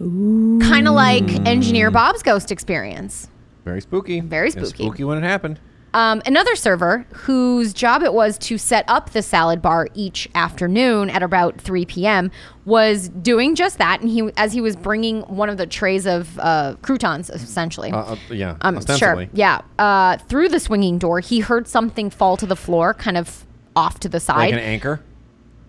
Kind of like Engineer Bob's ghost experience.
very spooky.
Very
It's
spooky.
spooky when it happened.
Um, another server whose job it was to set up the salad bar each afternoon at about 3 p.m. was doing just that. And he, as he was bringing one of the trays of uh, croutons, essentially.
Uh, uh, yeah,
Um,
ostensibly.
Sure. Yeah. Uh, through the swinging door, he heard something fall to the floor, kind of off to the side.
Like an anchor,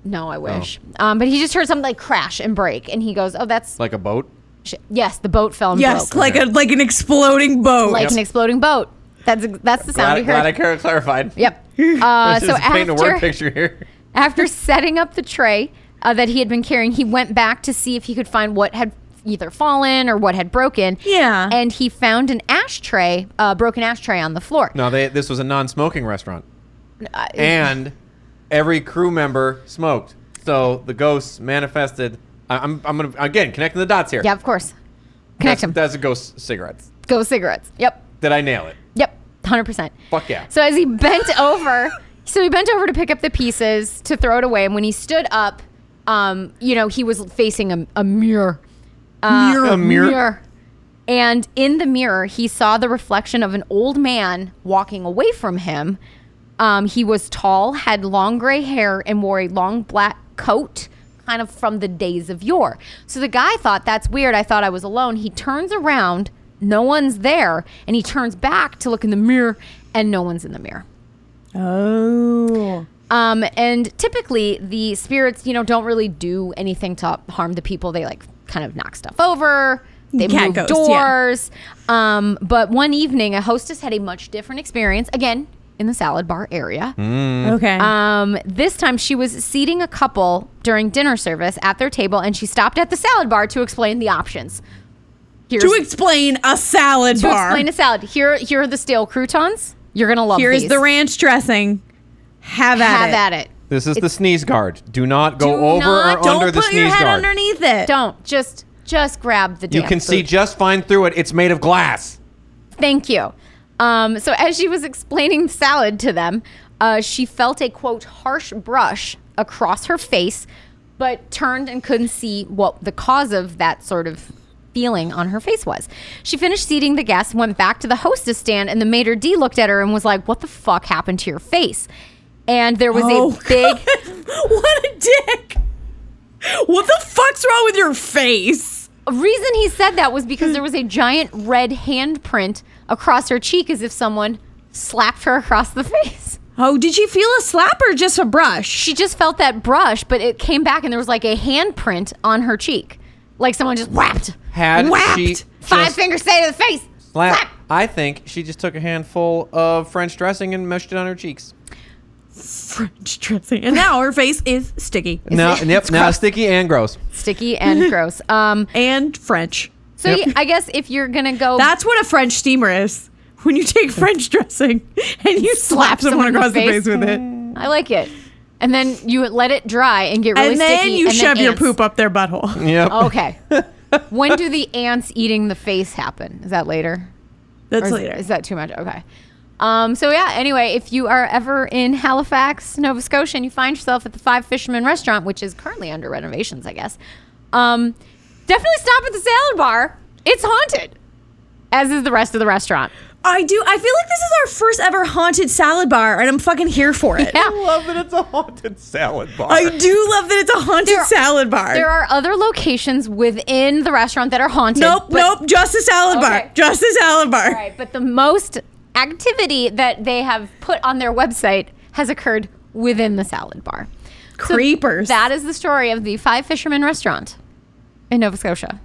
no,
Oh.
I wish. Um, but he just heard something like crash and break, and he goes, "Oh, that's
like a boat.
shit. yes, the boat fell and
Yes,
broke,
like a like an exploding boat.
like an exploding boat." That's that's the sound
Glad,
he
glad
heard.
I clar- clarified. [laughs]
Yep. Uh, so
just painting a word
after
picture [laughs] here.
[laughs] after setting up the tray uh, that he had been carrying, he went back to see if he could find what had either fallen or what had broken.
Yeah.
And he found an ashtray, a broken ashtray on the floor. Uh,
No, they, this was a non-smoking restaurant, and every crew member smoked. So the ghosts manifested. I, I'm, I'm gonna again connecting the dots here.
Yeah, of course.
that's,
Connect him.
That's a ghost cigarettes.
Go cigarettes. Yep.
Did I nail it?
Yep. 100%.
Fuck yeah.
So as he bent over, [laughs] so he bent over to pick up the pieces to throw it away. And when he stood up, um, you know, he was facing a, a mirror. Uh,
Mirror.
A mirror.
And in the mirror, he saw the reflection of an old man walking away from him. Um, he was tall, had long gray hair, and wore a long black coat, kind of from the days of yore. So the guy thought, That's weird. I thought I was alone. He turns around, no one's there, and he turns back to look in the mirror, and no one's in the mirror.
Oh.
Um, and typically the spirits, you know, don't really do anything to harm the people. They like kind of knock stuff over. They
Cat
move
ghost, yeah.
doors. Um, but one evening, a hostess had a much different experience. Again, in the salad bar area.
Hmm.
Mm.
Okay.
Um, this time she was seating a couple during dinner service at their table, and she stopped at the salad bar to explain the options. Here's,
to explain a salad
to
bar.
explain a salad. Here, here are the stale croutons. You're gonna love.
Here is
these.
the ranch dressing. Have at
Have
it.
at it.
This is the sneeze guard. Do not go
Do
over
not-
or
don't
under
Don't
the
put your
sneeze
head
guard.
underneath it.
Don't just just grab the.
You
damn
can see
food.
just fine through it. It's made of glass.
Thank you. Um, so as she was explaining salad to them, uh, she felt a quote harsh brush across her face, but turned and couldn't see what the cause of that sort of feeling on her face was. She finished seating the guests, went back to the hostess stand, and the maitre d looked at her and was like, "What the fuck happened to your face?" And there was
Oh, [laughs]
a big
what a dick. What the fuck's wrong with your face?
reason he said that was because there was a giant red handprint across her cheek as if someone slapped her across the [laughs] face.
Oh, did she feel a slap or just a brush?
She just felt that brush, but it came back and there was like a handprint on her cheek. Like someone just whapped.
Had
Whapped.
she
Five
just
fingers say to the face.
slap-
Slap.
I think she just took a handful of French dressing and mushed it on her cheeks.
French [laughs] dressing. And now her face is sticky
Now, yep, now sticky and gross. [laughs]
Sticky and gross. Um
and French.
so
Yep.
y- I guess if you're gonna go
That's what a French steamer is. When you take French dressing and you slap,
Slap
someone
someone in the
across the face.
face. Mm.
with it,
I like it. And then you let it dry and get really
and then
sticky
you
and
shove your
ants.
poop up their butthole.
Yep.
[laughs]
Okay. when do the ants eating the face happen? Is that later? Or
That's
is,
later.
is that too much? Okay. Um, so yeah. Anyway, if you are ever in Halifax, Nova Scotia, and you find yourself at the Five Fishermen Restaurant, which is currently under renovations, I guess, um, definitely stop at the salad bar. It's haunted, as is the rest of the restaurant.
I do. I feel like this is our first ever haunted salad bar, and I'm fucking here for
[laughs]
it.
Yeah.
love that it's a haunted salad bar.
I do love that it's a haunted
There-
salad bar.
There are other locations within the restaurant that are haunted.
nope,
but-
nope, just a salad bar.
Okay.
Just a salad bar.
All right, but the most activity that they have put on their website has occurred within the salad bar. So
Creepers.
that is the story of the Five Fishermen Restaurant in Nova Scotia.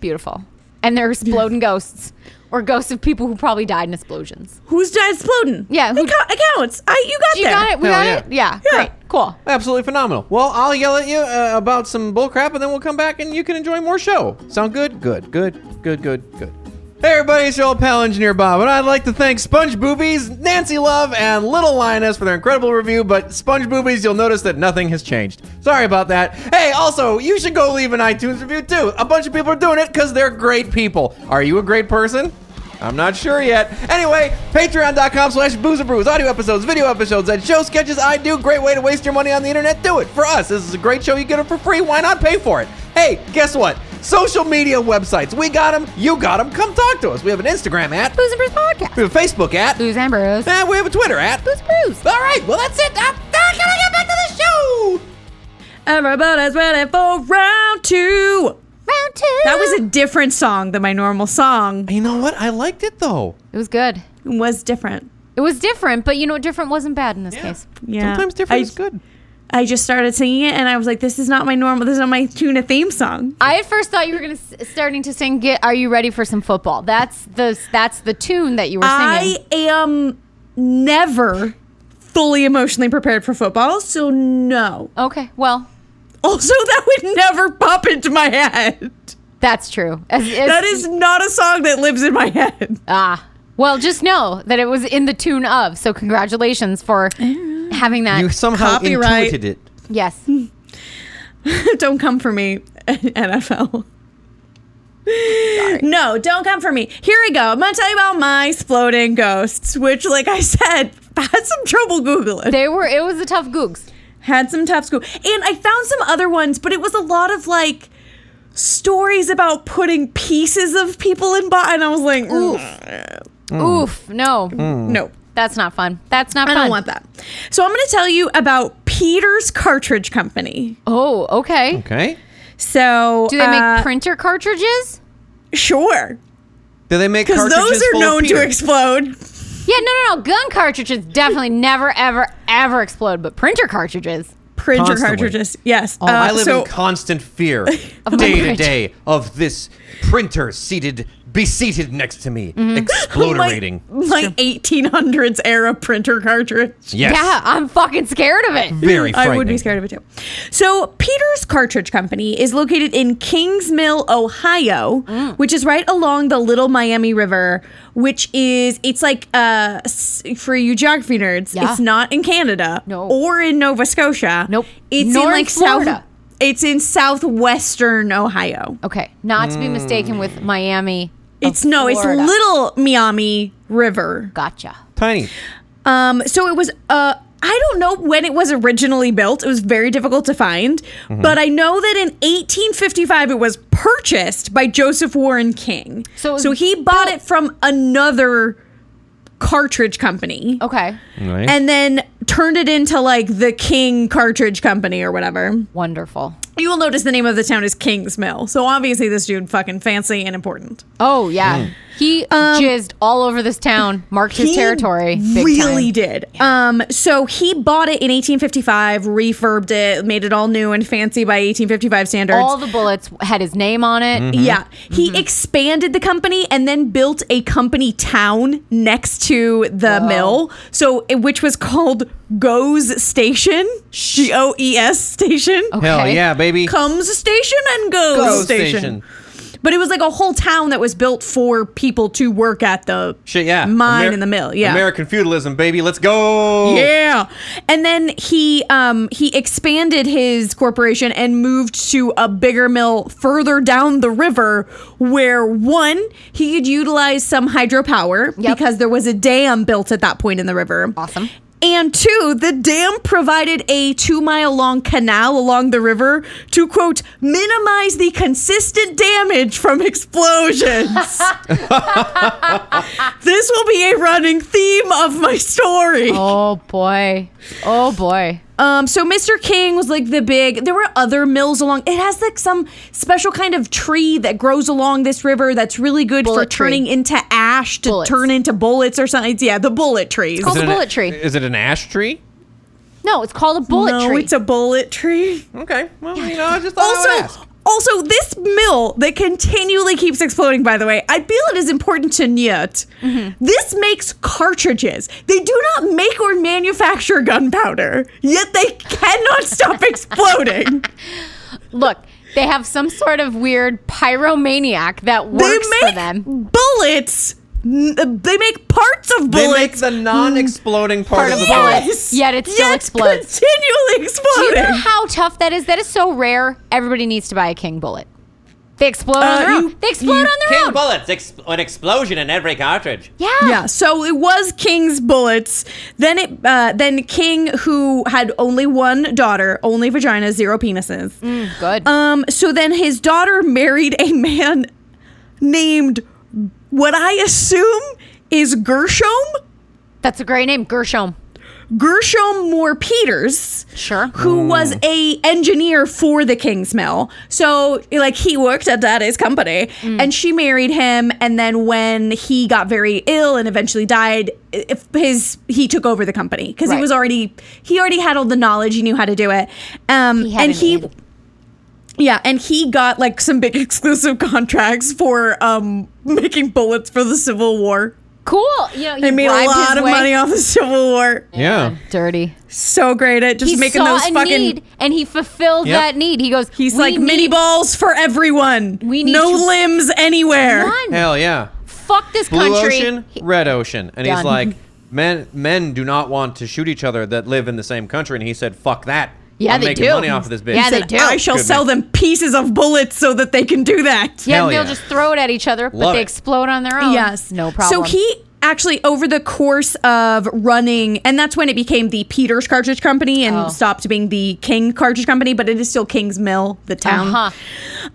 Beautiful. And
[laughs]
they're exploding ghosts or ghosts of people who probably died in explosions.
Who's died exploding?
Yeah, who-
it, co- it counts. I, you got
You
there.
got it? We
Hell
got
yeah.
it? Yeah,
Yeah.
Great. Cool.
Absolutely phenomenal. Well, I'll yell at you uh, about some bullcrap, and then we'll come back and you can enjoy more show. Sound good? Good, good, good, good, good. Hey everybody, it's your old pal Engineer Bob, and I'd like to thank Sponge Boobies, Nancy Love, and Little Lioness for their incredible review, but Sponge Boobies, you'll notice that nothing has changed. Sorry about that. Hey, also, you should go leave an iTunes review too. A bunch of people are doing it because they're great people. Are you a great person? I'm not sure yet. Anyway, patreon.com slash boozabrews. Audio episodes, video episodes, and show sketches I do. Great way to waste your money on the internet. Do it. For us, this is a great show. You get it for free. Why not pay for it? Hey, guess what? Social media websites. We got them. You got them. Come talk to us. We have an Instagram at.
Booze and Brews Podcast.
We have a Facebook at.
Booze and Brews.
And we have a Twitter at.
Booze Brews.
All right. Well, that's it. I'm, I'm going to get back to the show.
Everybody's ready for round two.
Round two.
That was a different song than my normal song.
You know what? I liked it, though.
It was good.
It was different.
It was different, but you know, different wasn't bad in this case.
Yeah.
Sometimes different
I-
is good.
I just started singing it, and I was like, "This is not my normal. This is not my tuna theme song."
I at first thought you were gonna s- starting to sing. Get, are you ready for some football? That's the that's the tune that you were
I
singing.
am never fully emotionally prepared for football, so no.
okay, well,
Also, that would never pop into my head.
that's true. As- as-
That is not a song that lives in my head.
ah. Well, just know that it was in the tune of. So congratulations for having that.
You somehow
Copyright.
intuited it.
yes.
[laughs] don't come for me, NFL. No, don't come for me. Here we go. I'm gonna tell you about my exploding ghosts, which, like I said, [laughs] had some trouble googling.
They were. It was a tough googs.
had some top school and i found some other ones but it was a lot of like stories about putting pieces of people in bot and i was like "Ugh,
Mm.
Oof. No,
no
that's not fun. That's not
i
fun.
don't want that so i'm going to tell you about peter's cartridge company
Oh, okay.
Okay.
so
Do they make
uh,
printer cartridges?
sure
Do they make
because
cartridges
those are
full of
known to
Peter?
explode
Yeah, no, no, no. Gun cartridges definitely [laughs] never, ever, ever explode. But printer cartridges.
printer
Constantly.
cartridges yes uh,
Oh, I live
so
in constant
[laughs]
fear
Of my
day to
printer.
day of this printer seated, be seated next to me,
Mm-hmm. [laughs]
exploderating.
my, my 1800s era printer cartridge
Yes.
Yeah, I'm fucking scared
[laughs]
of it.
Very frightening.
I would be scared of it too. So, Peter's Cartridge Company is located in Kingsmill, Ohio, which is right along the Little Miami River, which is it's like uh s- for you geography nerds,
Yeah.
it's not in Canada
No.
or in Nova Scotia.
Nope.
It's
Nor
in
in
like South
Florida.
It's in southwestern Ohio.
Okay, not to be mistaken
Mm.
with Miami. of
It's no, it's
Florida.
Little Miami River.
Gotcha.
Tiny.
Um, so it was uh, I don't know when it was originally built. It was very difficult to find, but I know that in 1855 it was purchased by Joseph Warren King.
So it
So,
was
he bought it from another cartridge company
Okay.
Right.
and then turned it into like the King Cartridge Company or whatever.
Wonderful.
You will notice the name of the town is King's Mill. So obviously this dude fucking fancy and important.
Oh yeah. He jizzed all over this town, marked his
Um, He
territory. Big
really
time.
did. Um, so he bought it in 1855, refurbed it, made it all new and fancy by 1855 standards.
All the Mm-hmm. bullets had his name on it.
yeah, he expanded the company and then built a company town next to the mill. So, it- which was called Goes Station, G O E S Station,
Hell
Okay.
yeah, baby.
comes station and goes,
Go
station. But it was like a whole town that was built for people to work at the
Shit, yeah.
mine
Amer-
in the mill. Yeah,
American feudalism, baby. Let's go.
Yeah. And then he um he expanded his corporation and moved to a bigger mill further down the river where one he could utilize some hydropower
Yep.
because there was a dam built at that point in the river.
Awesome.
And two, the dam provided a two mile long canal along the river to quote minimize the consistent damage from
[laughs]
explosions. this will be a running theme of my story.
Oh boy. Oh boy.
Um, so Mr. King was like the big. There were other mills along. It has like some special kind of tree that grows along this river that's really good for
Bullet tree.
turning into ash to
Bullets.
turn into bullets or something. It's- Yeah, the bullet trees.
called
Is it
a
an-
bullet tree.
Is it an ash tree?
No, it's called a bullet
no,
tree.
it's a bullet tree.
Okay. Well, you know, I just thought I would ask.
Also, also this mill that continually keeps exploding. By the way, I feel it is important to note
Mm-hmm.
this makes cartridges. They do not make or manufacture gunpowder, yet they cannot stop [laughs] exploding.
Look, they have some sort of weird pyromaniac that works for them.
bullets. n- uh, They make parts of
They
bullets.
make the non-exploding part,
Part
of
of
the
bullet.
bullet.
yes,
yet it still
Yet
explodes.
Continually
Do you
exploding.
know how tough that is? That is so rare. Everybody needs to buy a king bullet. They explode on
Uh,
their own.
you-
They explode
you-
on their
King
own.
bullets, ex- an explosion in every cartridge.
yeah.
yeah, so it was King's bullets. Then it, uh, then King, who had only one daughter, only vagina, zero penises.
Good.
Um, so then his daughter married a man named what I assume is Gershom
That's a great name, Gershom.
Gershom Moore Peters.
Sure.
who was a engineer for the King's Mill. So like he worked at daddy's company
Hmm.
and she married him and then when he got very ill and eventually died i- if his he took over the company cuz
Right.
he was already he already had all the knowledge he knew how to do it. Um
He had
and
an
he
in.
yeah, and he got like some big [laughs] exclusive contracts for um making bullets for the Civil War.
Cool. You know, he
They made a
bribed his
lot of
way.
money off the Civil War.
Yeah.
Dirty.
So great at just
He
making
saw
those
a
fucking
need and he fulfilled
Yep.
that need. He goes,
He's
"We
like mini
need
balls for everyone.
We need
no
to-
limbs anywhere.
one.
Hell yeah.
Fuck this
Blue
country.
ocean,
He-
red ocean, and he's
Done.
like, men men do not want to shoot each other that live in the same country, and he said, fuck that.
Yeah,
I'm
they
making
do.
money off of this bitch.
Yeah,
He
they
said,
do.
I shall
Good
sell them pieces of bullets so that they can do that.
Yeah,
Hell
and they'll
yeah.
just throw it at each other, but
Love
they
it.
explode on their own.
Yes.
No problem.
So he actually, over the course of running, and that's when it became the Peters Cartridge Company and
Oh.
stopped being the King Cartridge Company, but it is still King's Mill, the town.
Uh-huh.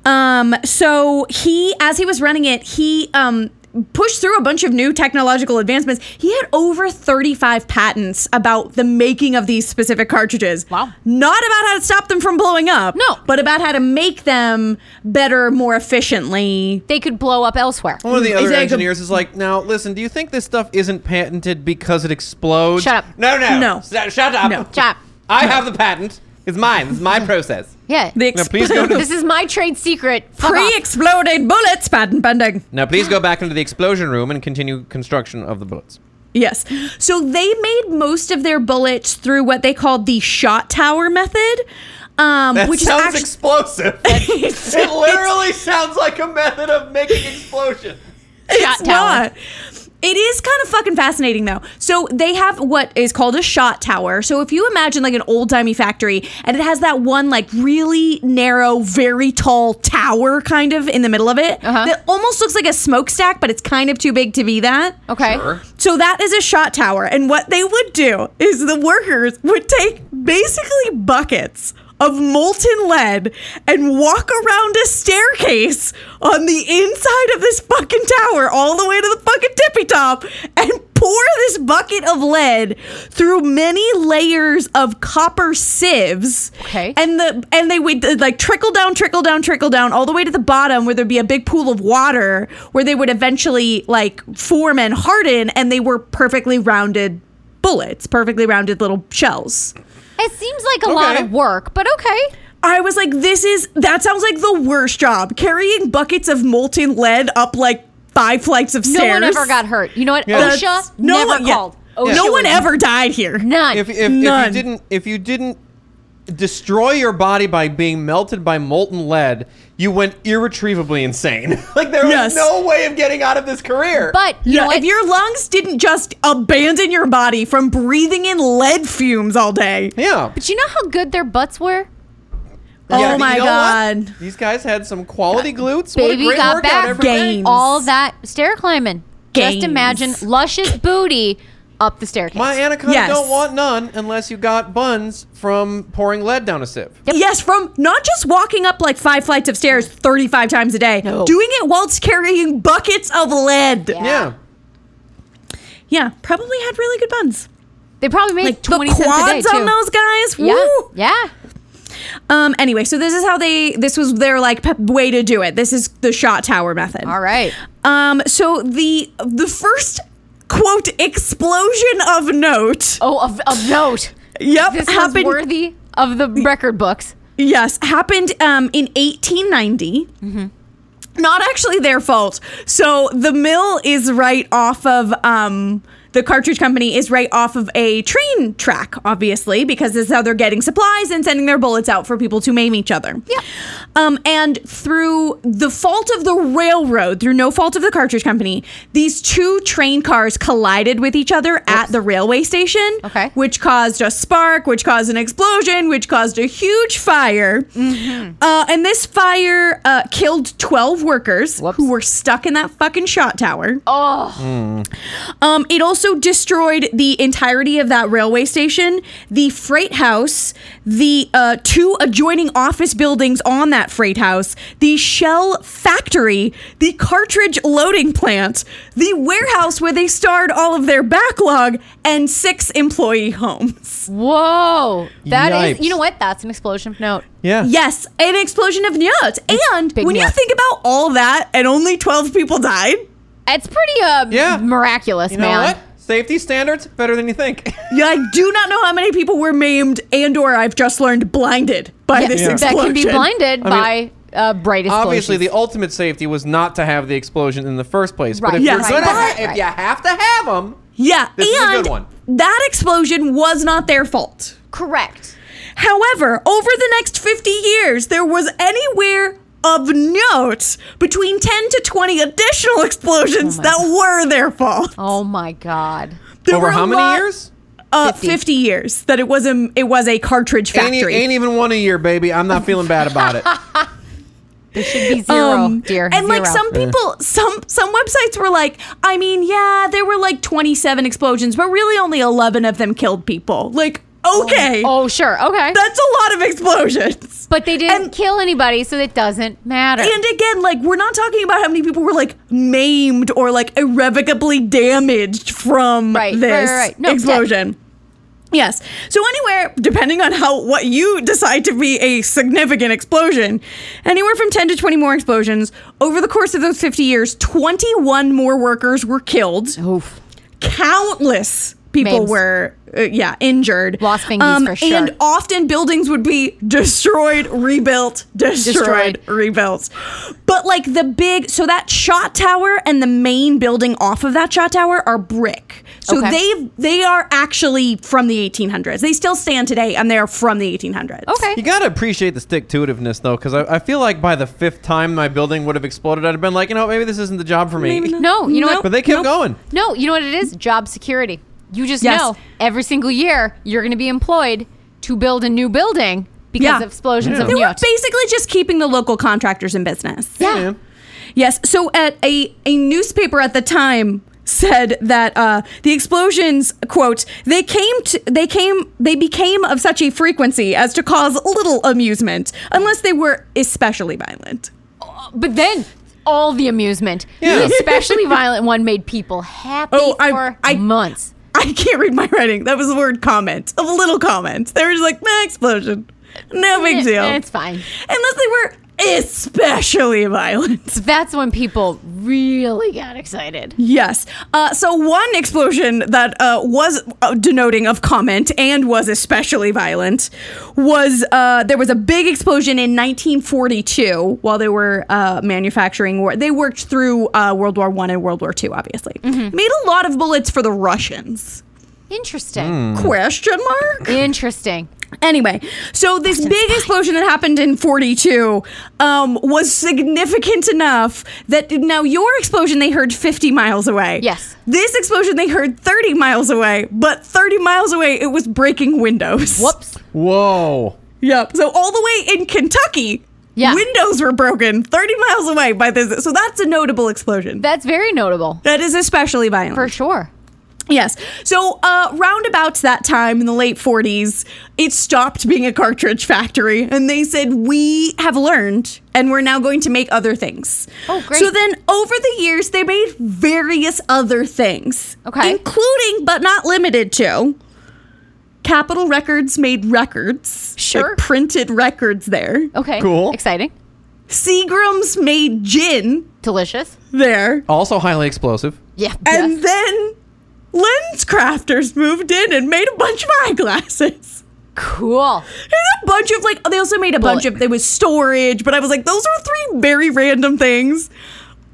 Um, so he, as he was running it, he um, pushed through a bunch of new technological advancements. He had over 35 patents about the making of these specific cartridges.
Wow.
Not about how to stop them from blowing up.
No.
But about how to make them better, more efficiently.
They could blow up elsewhere.
One of the other
Exactly.
engineers is like, now listen, do you think this stuff isn't patented because it explodes?
Shut up.
No, no.
No.
S- shut up.
No.
Chop.
I have the patent. It's mine. It's
[laughs]
my process.
Yeah.
The
Now please go to
[laughs] this is my trade secret. Fuck off.
pre-exploded bullets patent pending.
Now please go back into the explosion room and continue construction of the bullets.
Yes. So they made most of their bullets through what they called the shot tower method. Um,
That
which
sounds
is actually,
[laughs]
explosive. it literally sounds like a method of making explosions.
Shot
it's
tower.
not. It is kind of fucking fascinating though. So they have what is called a shot tower. So if you imagine like an old timey factory and it has that one like really narrow, very tall tower kind of in the middle of it
Uh-huh.
that almost looks like a smokestack, but it's kind of too big to be that.
Okay.
So that is a shot tower. And what they would do is the workers would take basically buckets of molten lead and walk around a staircase on the inside of this fucking tower all the way to the fucking tippy top and pour this bucket of lead through many layers of copper sieves
Okay.
and the and they would uh, like trickle down trickle down trickle down all the way to the bottom where there'd be a big pool of water where they would eventually like form and harden and they were perfectly rounded bullets perfectly rounded little shells
It seems like a lot
Okay.
of work, but okay.
I was like, this is that sounds like the worst job. Carrying buckets of molten lead up like five flights of
No
stairs.
one ever got hurt. You know what?
Yeah.
OSHA
No
never
one, yeah.
called. Oh,
No
OSHA
one
was
ever died here.
None.
if, if, if you
None.
didn't if you didn't destroy your body by being melted by molten lead you went irretrievably insane [laughs] like there was
Yes.
no way of getting out of this career
but you know
Yeah,
what?
if your lungs didn't just abandon your body from breathing in lead fumes all day.
yeah
but you know how good their butts were.
Yeah,
oh
you
my
know
god.
what? these guys had some quality glutes what a
Baby
great
got
workout Oh,
back
every day.
Gains.
all that stair climbing.
Gains.
Just imagine luscious booty up the staircase.
my anaconda
Yes.
don't want none unless you got buns from pouring lead down a sieve
Yes, from not just walking up like five flights of stairs 35 times a day,
No.
doing it whilst carrying buckets of lead.
Yeah.
yeah
yeah, probably had really good buns.
they probably made
like the
twenty cents a day
quads
too.
on those guys.
yeah,
Woo.
yeah.
Um. Anyway, so this is how they. This was their like pep- way to do it. This is the shot tower method.
All right.
Um. So the the first quote explosion of note.
Oh, of, of note,
Yep.
this was
happened.
worthy of the record books.
Yes, happened um, in 1890. Not actually their fault. So the mill is right off of um, the cartridge company is right off of a train track, obviously, because this is how they're getting supplies and sending their bullets out for people to maim each other.
Yeah.
Um, and through the fault of the railroad, through no fault of the cartridge company, these two train cars collided with each other at the railway station
Okay.
which caused a spark, which caused an explosion, which caused a huge fire.
Mm-hmm.
Uh, and this fire uh, killed 12 workers
Whoops.
who were stuck in that fucking shot tower.
Oh,
Um, it also destroyed the entirety of that railway station, the freight house, the uh, two adjoining office buildings on that freight house, the shell factory, the cartridge loading plant, the warehouse where they stored all of their backlog, and six employee homes.
whoa! That is.
Yipes.
you know what? That's an explosion of note.
yeah
Yes, an explosion of nuts. And
big
when you
nut.
think about all that and only 12 people died,
It's pretty uh,
Yeah.
miraculous,
you know
man.
what safety standards better than you think [laughs]
yeah, I do not know how many people were maimed and or I've just learned blinded by
Yeah,
this
That
explosion.
can be blinded by uh, bright explosions.
obviously the ultimate safety was not to have the explosion in the first place
Right.
but if,
Yes.
you're gonna
Right,
ha- if
right.
you have to have them
Yeah,
This is a
and
good one.
that explosion was not their fault.
correct.
However, over the next 50 years, there was anywhere of note between 10 to 20 additional explosions
Oh my
that were their fault.
Oh my god.
There
over
were a
how many
lot-
years
Uh, 50.
50.
years that it was a, it was a cartridge
ain't, e-
factory.
ain't even one a year baby i'm not feeling bad
[laughs]
about it
There should be zero,
Um,
dear.
And like
zero.
some people, some some websites were like, I mean, yeah, there were like 27 explosions, but really only 11 of them killed people. Like, okay,
Oh sure, okay.
that's a lot of explosions.
but they didn't
and-
kill anybody, so it doesn't matter.
And again, like we're not talking about how many people were like maimed or like irrevocably damaged from
Right, right,
this
right, right. No,
explosion. Yes. So anywhere, depending on how what you decide to be a significant explosion, anywhere from 10 to 20 more explosions over the course of those 50 years, 21 more workers were killed.
Oof.
Countless people
Maims.
were uh, yeah, injured. Um,
Lost fingies for sure.
And often buildings would be destroyed, rebuilt, [laughs] destroyed,
Destroyed.
rebuilt. But like the big, so that shot tower and the main building off of that shot tower are brick. So
Okay.
they they are actually from the 1800s. They still stand today, and they are from the 1800s.
Okay.
You gotta appreciate the stick to itiveness though, because I, I feel like by the fifth time my building would have exploded, I'd have been like, you know, maybe this isn't the job for me.
Maybe not.
No, you know
Nope.
what?
But they
Nope.
kept going.
No, you know what it is? Job security. You just
Yes.
know every single year you're going to be employed to build a new building because
Yeah.
of explosions of
They were
nukes.
basically just keeping the local contractors in business.
Yeah.
Man.
Yes. So at a, a newspaper at the time said that uh, the explosions quote they came to they came they became of such a frequency as to cause little amusement unless they were especially violent.
But then all the amusement,
Yeah.
the especially violent one, made people happy
Oh, I-
for
I-
months.
I can't read my writing. That was the word comment, a little comment. They were just like, meh, explosion. No big
Eh,
deal.
It's fine.
Unless they were especially violent.
That's when people really got excited.
Yes. Uh, so one explosion that uh, was uh, denoting of comment and was especially violent was uh, there was a big explosion in 1942 while they were uh, manufacturing war. They worked through uh, World War One and World War Two, obviously. Made a lot of bullets for the Russians.
Interesting.
Hmm. Question mark.
Interesting.
Anyway, so this big explosion that happened in 42 um, was significant enough that now your explosion they heard 50 miles away.
Yes.
This explosion they heard 30 miles away, but 30 miles away it was breaking windows.
Whoops.
Whoa.
Yep. So all the way in Kentucky,
Yeah.
windows were broken 30 miles away by this. So that's a notable explosion.
That's very notable
that is especially violent.
for sure.
Yes. So, uh, roundabouts that time in the late 40s, it stopped being a cartridge factory. And they said, We have learned and we're now going to make other things.
Oh, great.
So, then over the years, they made various other things.
Okay.
Including, but not limited to, Capitol Records made records. like
Sure.
printed records there.
Okay.
Cool.
Exciting.
Seagram's made gin
Delicious.
there.
Also highly explosive.
Yeah.
And
yes.
then lens crafters moved in and made a bunch of eyeglasses.
cool.
And a bunch of like they also made a bunch
Bullet.
of there was storage, but I was like, those are three very random things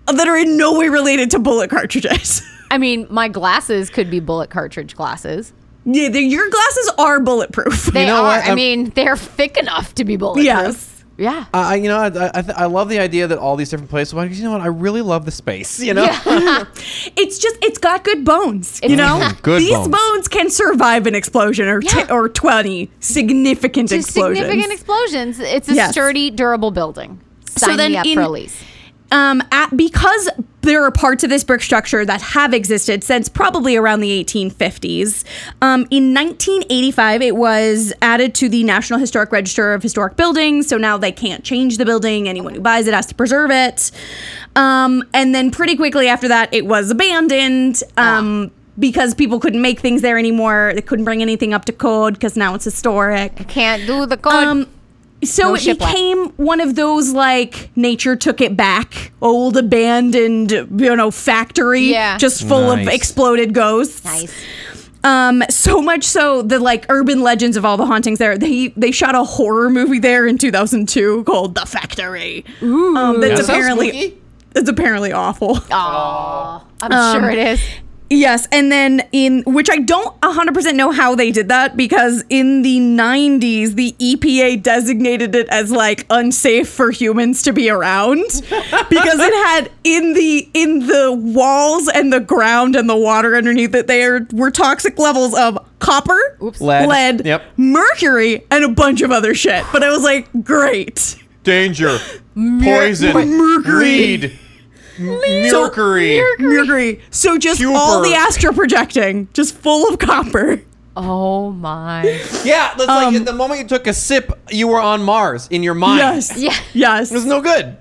that are in no way related to bullet cartridges. [laughs]
I mean, my glasses could be bullet cartridge glasses.
yeah, the- your glasses are bulletproof.
They
know
are.
what?
I
I'm-
mean, they're thick enough to be bulletproof.
yes.
Yeah.
[laughs]
I, I- you know, I, I, I th- I love the idea that all these different places. Because you know what, I really love the space. You know,
It's just it's got good bones, you
It's-
know?
Good
These
bones.
bones. can survive an explosion or
Yeah.
t- or 20 significant
To
explosions.
significant explosions. It's a
Yes.
sturdy, durable building. Sign
then
me up
in-
for a lease.
um, at, because there are parts of this brick structure that have existed since probably around the 1850s. Um, in 1985, it was added to the National Historic Register of Historic Buildings. So now they can't change the building. Anyone who buys it has to preserve it. Um, and then pretty quickly after that, it was abandoned. Um, Because people couldn't make things there anymore. They couldn't bring anything up to code because now it's historic.
Can't do the code.
Um, so
No
it
shiplap.
became one of those like nature took it back, old abandoned, you know, factory,
Yeah.
just full of
Nice.
exploded ghosts.
nice.
Um, so much so the like urban legends of all the hauntings there. They they shot a horror movie there in 2002 called The Factory. Ooh, um, that's
That sounds
apparently
spooky.
it's apparently awful.
Aw. I'm
Um,
sure it is.
Yes, and then in which I don't 100% know how they did that because in the 90s the EPA designated it as like unsafe for humans to be around because it had in the in the walls and the ground and the water underneath it there were toxic levels of copper,
Lead.
lead
Yep.
mercury and a bunch of other shit. But I was like, great.
Danger, poison,
Mercury.
lead,
So-
mercury.
Mercury. So just all
Cupor.
the astro projecting, just full of copper.
Oh my.
yeah. That's
Um,
like the moment you took a sip, you were on Mars in your mind.
Yes.
Yeah.
Yes.
it was no good.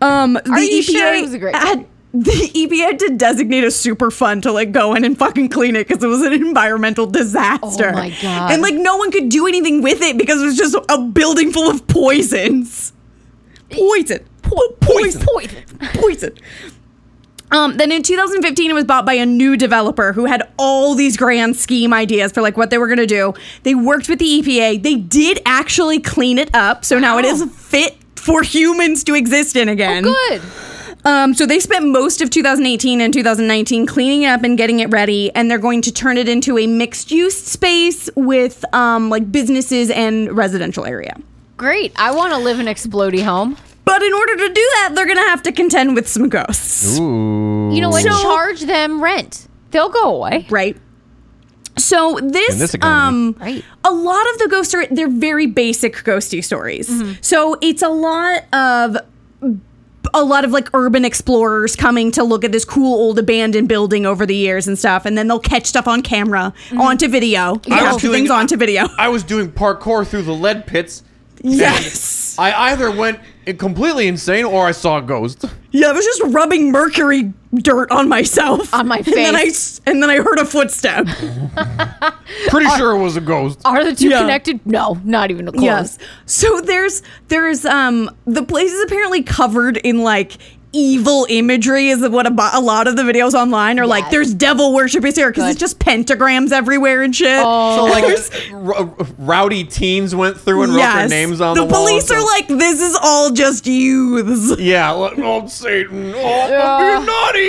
Um, the
you
EPA
sure it was E a great
had, the EPA had to designate a super fund to like go in and fucking clean it because it was an environmental disaster.
Oh my God.
And like no one could do anything with it because it was just a building full of poisons. Poison. Po- poison.
Poison.
Poison. Um, then in 2015, it was bought by a new developer who had all these grand scheme ideas for like what they were going to do. They worked with the EPA. They did actually clean it up, so now it is fit for humans to exist in again.
Oh, Good.
Um, so they spent most of 2018 and 2019 cleaning it up and getting it ready, and they're going to turn it into a mixed use space with um, like businesses and residential area.
Great. I want to live in an explodey home.
But in order to do that, they're going to have to contend with some ghosts,
Ooh.
You know what?
So-
Charge them rent. They'll go away.
right? So this,
In this economy.
um,
Right.
a lot of the ghosts are
Mm-hmm.
they're very basic ghosty stories. So it's a lot of a lot of like urban explorers coming to look at this cool old abandoned building over the years and stuff, and then they'll catch stuff on camera,
Mm-hmm.
onto video, capture
doing-
things onto video.
[laughs] I was doing parkour through the lead pits.
[laughs] yes.
I either went completely insane or I saw a ghost.
Yeah, I was just rubbing mercury dirt on myself
On my
and then I
face.
s- and then I heard a footstep.
Pretty sure it was a ghost.
Are the two
Yeah.
connected? No, not even close.
Yes. So there's there's um the place is apparently covered in like evil imagery is what a, bo- a lot of the videos online are like
Yes.
there's devil worship is here because it's
Good. Oh.
just pentagrams everywhere and shit
So like
[laughs]
r- rowdy teens went through and wrote their names on the, wall and
police are
stuff.
like this is all just youths
yeah, like, oh Satan, oh,
Yeah.
I'm being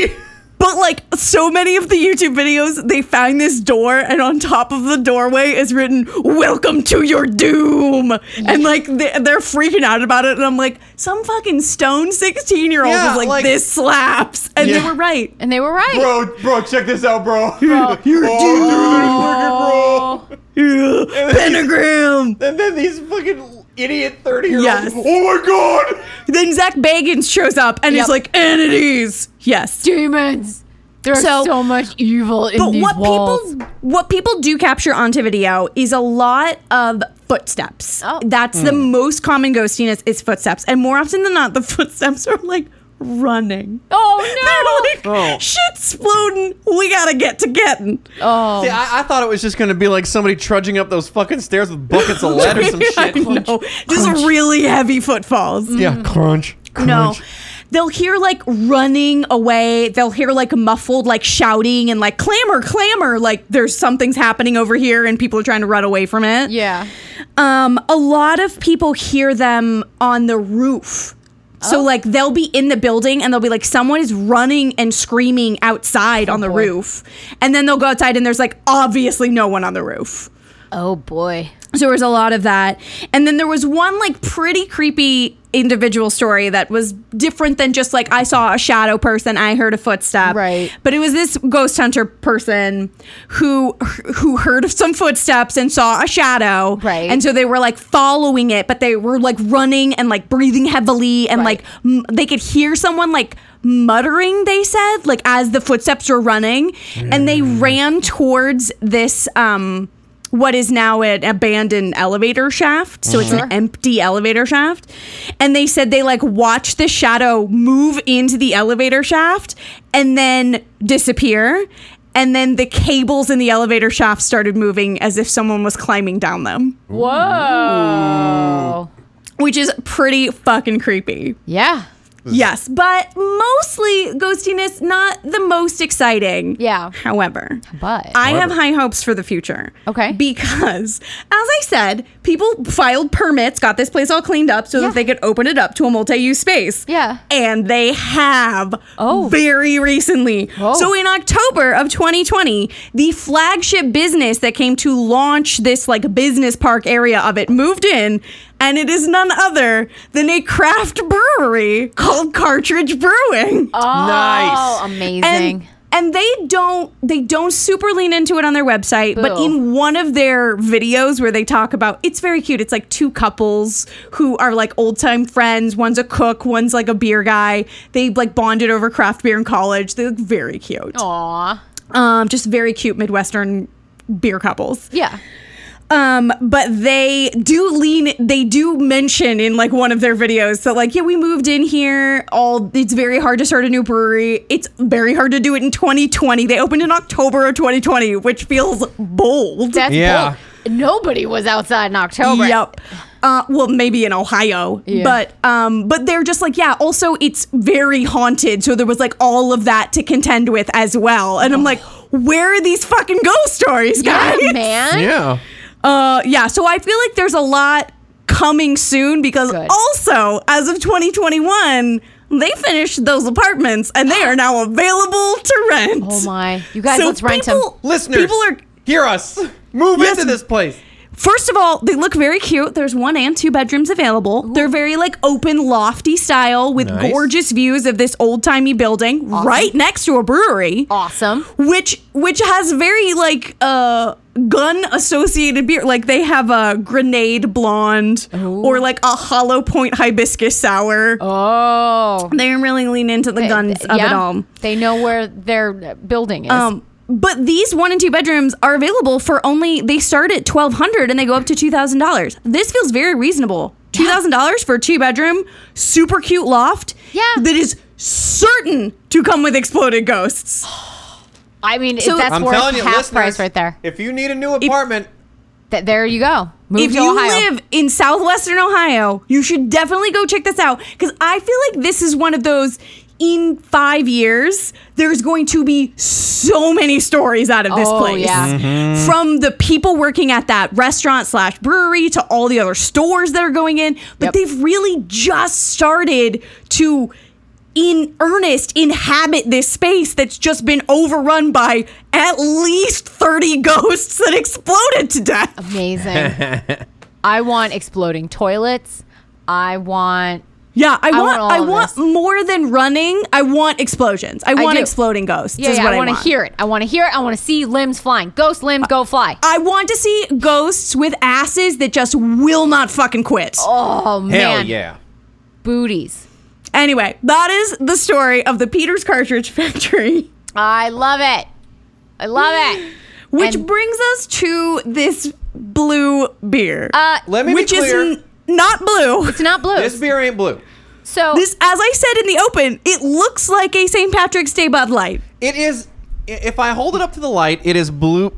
naughty.
But like so many of the YouTube videos, they find this door, and on top of the doorway is written "Welcome to your doom," and like they, they're freaking out about it. And I'm like, some fucking stone sixteen year old
Yeah,
is like,
like-
this slaps, and
Yeah.
they were right.
And they were right.
Bro, bro, check this out, bro. [laughs]
Your
oh, dude, this freaking bro.
doom, yeah, pentagram.
And then these fucking idiot 30 year olds.
Yes.
Oh my god!
Then Zach Bagans shows up, and he's
Yep.
like, entities. Yes,
Demons. There's
So-
so, much evil in
But
these
what
walls.
people what people do capture onto video is a lot of footsteps.
Oh.
That's the
Hmm.
most common ghostiness is footsteps, and more often than not, the [laughs] footsteps are like running.
oh no.
[laughs] They're like
Oh.
shit's floating. We gotta get to getting.
Oh.
See, I, I thought it was just gonna be like somebody trudging up those fucking stairs with buckets of lead or
[laughs]
some
I
shit.
know. Just really heavy footfalls.
Mm,
Yeah, crunch.
No.
crunch.
They'll hear like running away. They'll hear like muffled like shouting and like clamor, clamor. Like there's something's happening over here and people are trying to run away from it.
Yeah.
Um, a lot of people hear them on the roof.
Oh.
So like they'll be in the building and they'll be like someone is running and screaming outside on the
Oh, boy.
roof. And then they'll go outside and there's like obviously no one on the roof.
Oh boy.
So there was a lot of that. And then there was one like pretty creepy individual story that was different than just like I saw a shadow person, I heard a footstep.
Right.
But it was this ghost hunter person who who heard of some footsteps and saw a shadow.
Right.
And so they were like following it, but they were like running and like breathing heavily and
Right.
like m- they could hear someone like muttering they said like as the footsteps were running and they ran towards this um what is now an abandoned elevator shaft so it's an empty elevator shaft and they said they like watched the shadow move into the elevator shaft and then disappear and then the cables in the elevator shaft started moving as if someone was climbing down them
Whoa.
which is pretty fucking creepy
Yeah.
Yes, but mostly ghostiness, not the most exciting.
Yeah.
However,
But
I have high hopes for the future.
Okay.
Because, as I said, people filed permits, got this place all cleaned up so
Yeah.
that they could open it up to a multi use space.
Yeah.
And they have
Oh.
very recently.
Oh.
So, in October of 2020, the flagship business that came to launch this like business park area of it moved in. And it is none other than a craft brewery called Cartridge Brewing.
oh,
Nice.
amazing.
And, and they don't they don't super lean into it on their website, but
Boo.
in one of their videos where they talk about it's very cute. It's like two couples who are like old time friends. One's a cook, one's like a beer guy. They like bonded over craft beer in college. They look very cute.
Aw.
Um, just very cute Midwestern beer couples.
Yeah.
Um, but they do lean, they do mention in like one of their videos that like, yeah, we moved in here. All it's very hard to start a new brewery. It's very hard to do it in 2020. They opened in October of 2020, which feels bold.
That's
Yeah.
bold. Nobody was outside in October.
Yep. Uh, well, maybe in Ohio,
Yeah.
but um, but they're just like, yeah. Also, it's very haunted, so there was like all of that to contend with as well. And I'm like, where are these fucking ghost stories,
Oh. Yeah,
guys?
man.
Yeah.
Uh, yeah. So I feel like there's a lot coming soon because
Good.
also as of 2021, they finished those apartments and
[gasps]
they are now available to rent.
Oh my. You guys,
So
let's rent them.
people,
Listeners,
people are.
hear
[laughs]
us. Move
Yes.
into this place.
First of all, they look very cute. There's one and two bedrooms available. They're very like open, lofty style with
Nice.
gorgeous views of this old timey building right next to a brewery
Awesome.
which which has very like uh gun associated beer. Like they have a grenade blonde or like a hollow point hibiscus sour.
Oh.
They really lean into the guns of it all.
They know where their building is.
Um, but these one and two bedrooms are available for only they start at twelve hundred and they go up to two thousand dollars. This feels very reasonable. Two thousand dollars for a two bedroom, super cute loft.
Yeah.
that is certain to come with exploded ghosts.
I mean,
so-
that's
I'm
worth
telling you,
half
listeners,
price right there.
If you need a new apartment,
Th- there you go. Move
if
to
you
Ohio.
live in southwestern Ohio, you should definitely go check this out because I feel like this is one of those. In five years, there's going to be so many stories out of this
Oh,
place.
yeah.
From the people working at that restaurant slash brewery to all the other stores that are going in. But
Yep.
they've really just started to, in earnest, inhabit this space that's just been overrun by at least 30 [laughs] ghosts that exploded to death.
Amazing.
[laughs]
I want exploding toilets. I want.
Yeah, I,
I
want,
want all
I
of
want
this.
more than running. I want explosions. I, want
do.
exploding ghosts.
Yeah,
is
yeah,
what
I want to hear it. I want to hear it. I want to see limbs flying. Ghost limbs, go fly.
Uh,
I want to see ghosts with asses that just will not fucking quit.
Oh man,
hell yeah.
booties.
Anyway, that is the story of the Peters Cartridge [laughs] Factory.
I love it. I love
[gasps]
it.
Which
And-
brings us to this blue beer.
Uh,
Let me
which
be clear.
is n- not blue.
it's not blue.
this beer ain't blue.
so
This, as I said in the open, it looks like a St. Patrick's Day Bud Light.
It is. i- If I hold it up to the light, it is blue,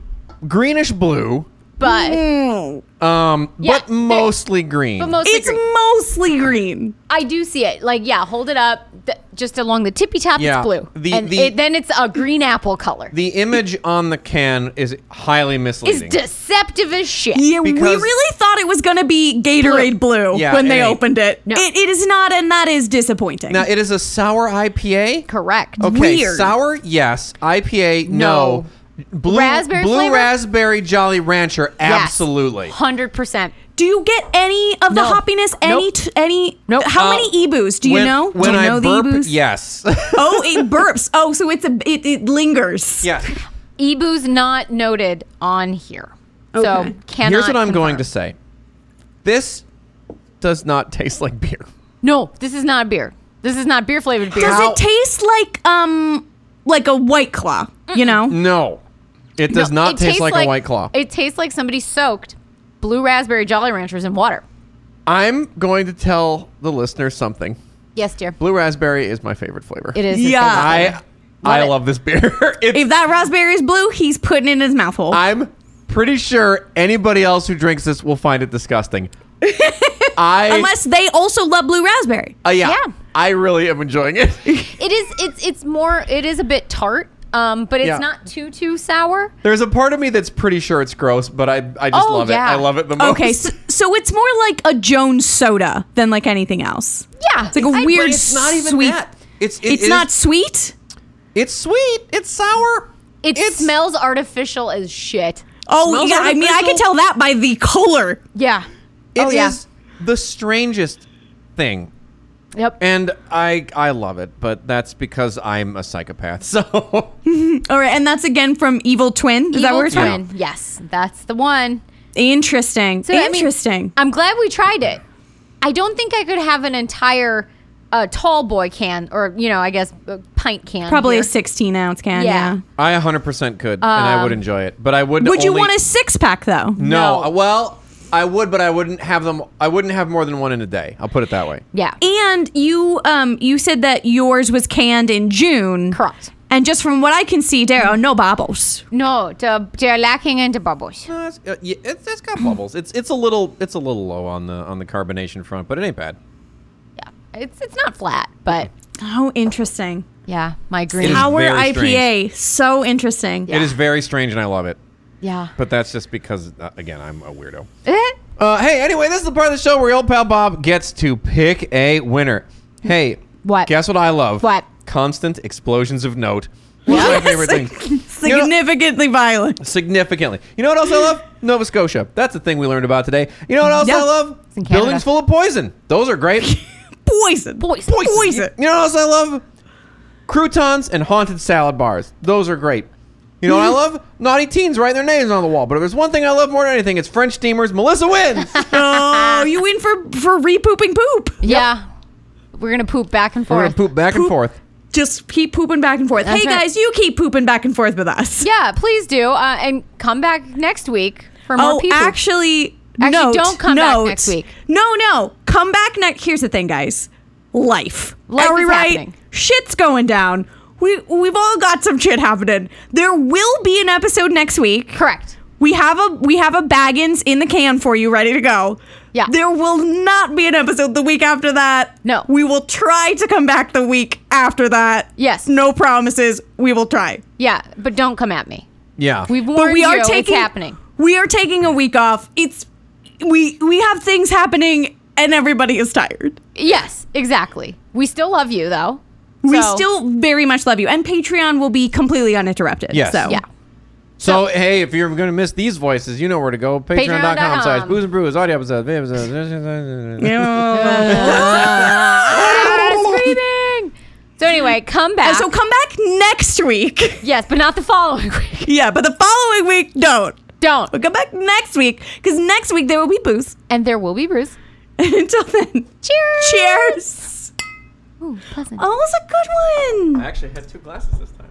greenish blue.
but
Um,
Yeah,
but
there-
mostly green.
but mostly
It's
green.
mostly green.
I do see it. Like yeah, hold it up. Th- just along the tippy top,
Yeah.
it's blue.
The-
and
the-
it, then it's a green apple color.
the image on the can is highly
It's
misleading.
deceptive as shit.
Yeah, we
Because-
really thought it was going to be Gatorade Blue,
Yeah,
when they
it ain't.
opened it.
No.
it. It is not, and that is disappointing.
now it is a sour IPA.
Correct.
Okay,
Weird.
sour yes, IPA no, blue
Raspberry
blue
flavor?
raspberry Jolly Rancher
Yes.
absolutely.
Hundred percent.
do you get any of the
No.
hoppiness? Any?
Nope.
T- any?
Nope.
How
Uh,
many Ebus do you
When-
know?
When
do you
I
know
burp,
the Ebus?
yes, [laughs]
Oh, it burps. Oh, so it's a it, it lingers.
[laughs]
yes.
Ebu's not noted on here. So
Okay.
cannot.
Here's what I'm going to say.
confirm.
This does not taste like beer.
No, this is not a beer. This is not beer flavored beer.
Does it taste like um like a white claw? You know?
No, it
No,
does not
it
taste
tastes
like, a White Claw.
It tastes like somebody soaked blue raspberry Jolly Ranchers in water.
I'm going to tell the listeners something.
Yes, dear.
Blue raspberry is my favorite flavor.
It is. his
Yeah.
favorite
I
flavor.
I
Love it.
love this beer. [laughs] It's-
If that raspberry is blue, he's putting it in his mouth hole.
I'm pretty sure anybody else who drinks this will find it
[laughs]
disgusting. I
Unless they also love blue raspberry.
uh, yeah,
Yeah.
I really am enjoying
[laughs]
it.
It is. It's. It's more. It is a bit tart. Um, but it's
Yeah.
not too too sour.
There's a part of me that's pretty sure it's gross, but I I just
Oh,
love
yeah.
it. I love it the most.
Okay, so, so it's more like a Jones soda than like anything else.
Yeah,
It's like a
I-
weird
but
it's not even
sweet.
that. It's it-
it's
it
not
is-
sweet.
it's sweet. It's sour.
It
It's-
smells artificial as shit.
Oh
Smells
yeah, I mean I can
artificial.
tell that by the color.
Yeah.
It is
oh yeah.
the strangest thing,
Yep.
and I I love it, but that's because I'm a psychopath. [laughs] So
All right, and that's again from Evil Twin. Is that
Evil
where it's
twin.
from?
Yes, that's the one.
Interesting.
So, I mean,
Interesting.
I'm glad we tried it. I don't think I could have an entire uh, tall boy can, or you know, I guess a pint can.
Probably
here.
a 16 ounce can.
Yeah.
Yeah.
I 100% could, and I would
Um,
enjoy it, but I would.
Would you
only-
want a six pack though?
No.
No.
uh, Well, I would, but I wouldn't have them. I wouldn't have more than one in a day. I'll put it that way.
Yeah.
And you um you said that yours was canned in June.
Correct.
And just from what I can see, there are no bobbles.
No, the, they're lacking into bubbles.
No, it's, uh, yeah, it's, it's got bubbles. It's it's a little it's a little low on the on the carbonation front, but it ain't bad.
Yeah, it's it's not flat, but
Oh, interesting.
yeah, my green.
is
Our
very
IPA, so interesting. [laughs]
Yeah.
It is very strange, and I love it.
yeah.
But that's just because, uh, again, I'm a weirdo.
Eh?
Uh, hey, anyway, this is the part of the show where old pal Bob gets to pick a winner. Hey,
What?
Guess what I love?
What?
Constant explosions of note. One of my
[laughs]
favorite things.
Significantly violent.
significantly. You know what else I love? Nova Scotia. That's the thing we learned about today. You know what else
Yeah.
I love?
in Canada.
Buildings full of poison. Those are
[laughs]
great.
Poison.
Poison.
Poison.
You know what else I love? Croutons and haunted salad bars. Those are great. You know what I
Mm.
love? Naughty teens writing their names on the wall. But if there's one thing I love more than anything, it's French steamers. Melissa
[laughs]
wins.
Oh, you win for for repooping poop.
Yeah. We're going to poop back and
We're
forth.
gonna poop back and forth.
Just keep pooping back and forth.
That's
hey
right.
guys, you keep pooping back and forth with us.
Yeah, please do. Uh, and come back next week for more
Oh,
people.
actually,
Actually,
note,
don't come back
note.
next week.
No, no, come back next. Here's the thing, guys. Life.
Life
Are we
is
right?
happening.
Shit's going down. We we've all got some shit happening. There will be an episode next week.
Correct.
We have a we have a baggins in the can for you, ready to go.
Yeah.
There will not be an episode the week after that.
No.
We will try to come back the week after that.
Yes.
No promises. We will try.
Yeah, but don't come at me.
Yeah.
We've warned
But we are
you,
taking
it's happening.
We are taking a week off. It's we we have things happening and everybody is tired.
Yes, exactly. We still love you though.
We
So,
still very much love you. And Patreon will be completely uninterrupted.
Yes.
So
Yeah.
So, hey, if you're gonna miss these voices, you know where to go. Patreon.com
Patreon.com.
slash booze and brews, audio episodes, video
[laughs]
episodes.
[laughs]
[laughs]
Screaming. So anyway, come back.
And so come back next week. [laughs]
yes, but not the following [laughs] week.
yeah, but the following week don't.
Don't.
But come back next week because next week there will be booze. [laughs]
And there will be Bruce.
And until then,
Cheers.
cheers.
Ooh, pleasant.
Oh, that was a good one.
I actually had two glasses this time.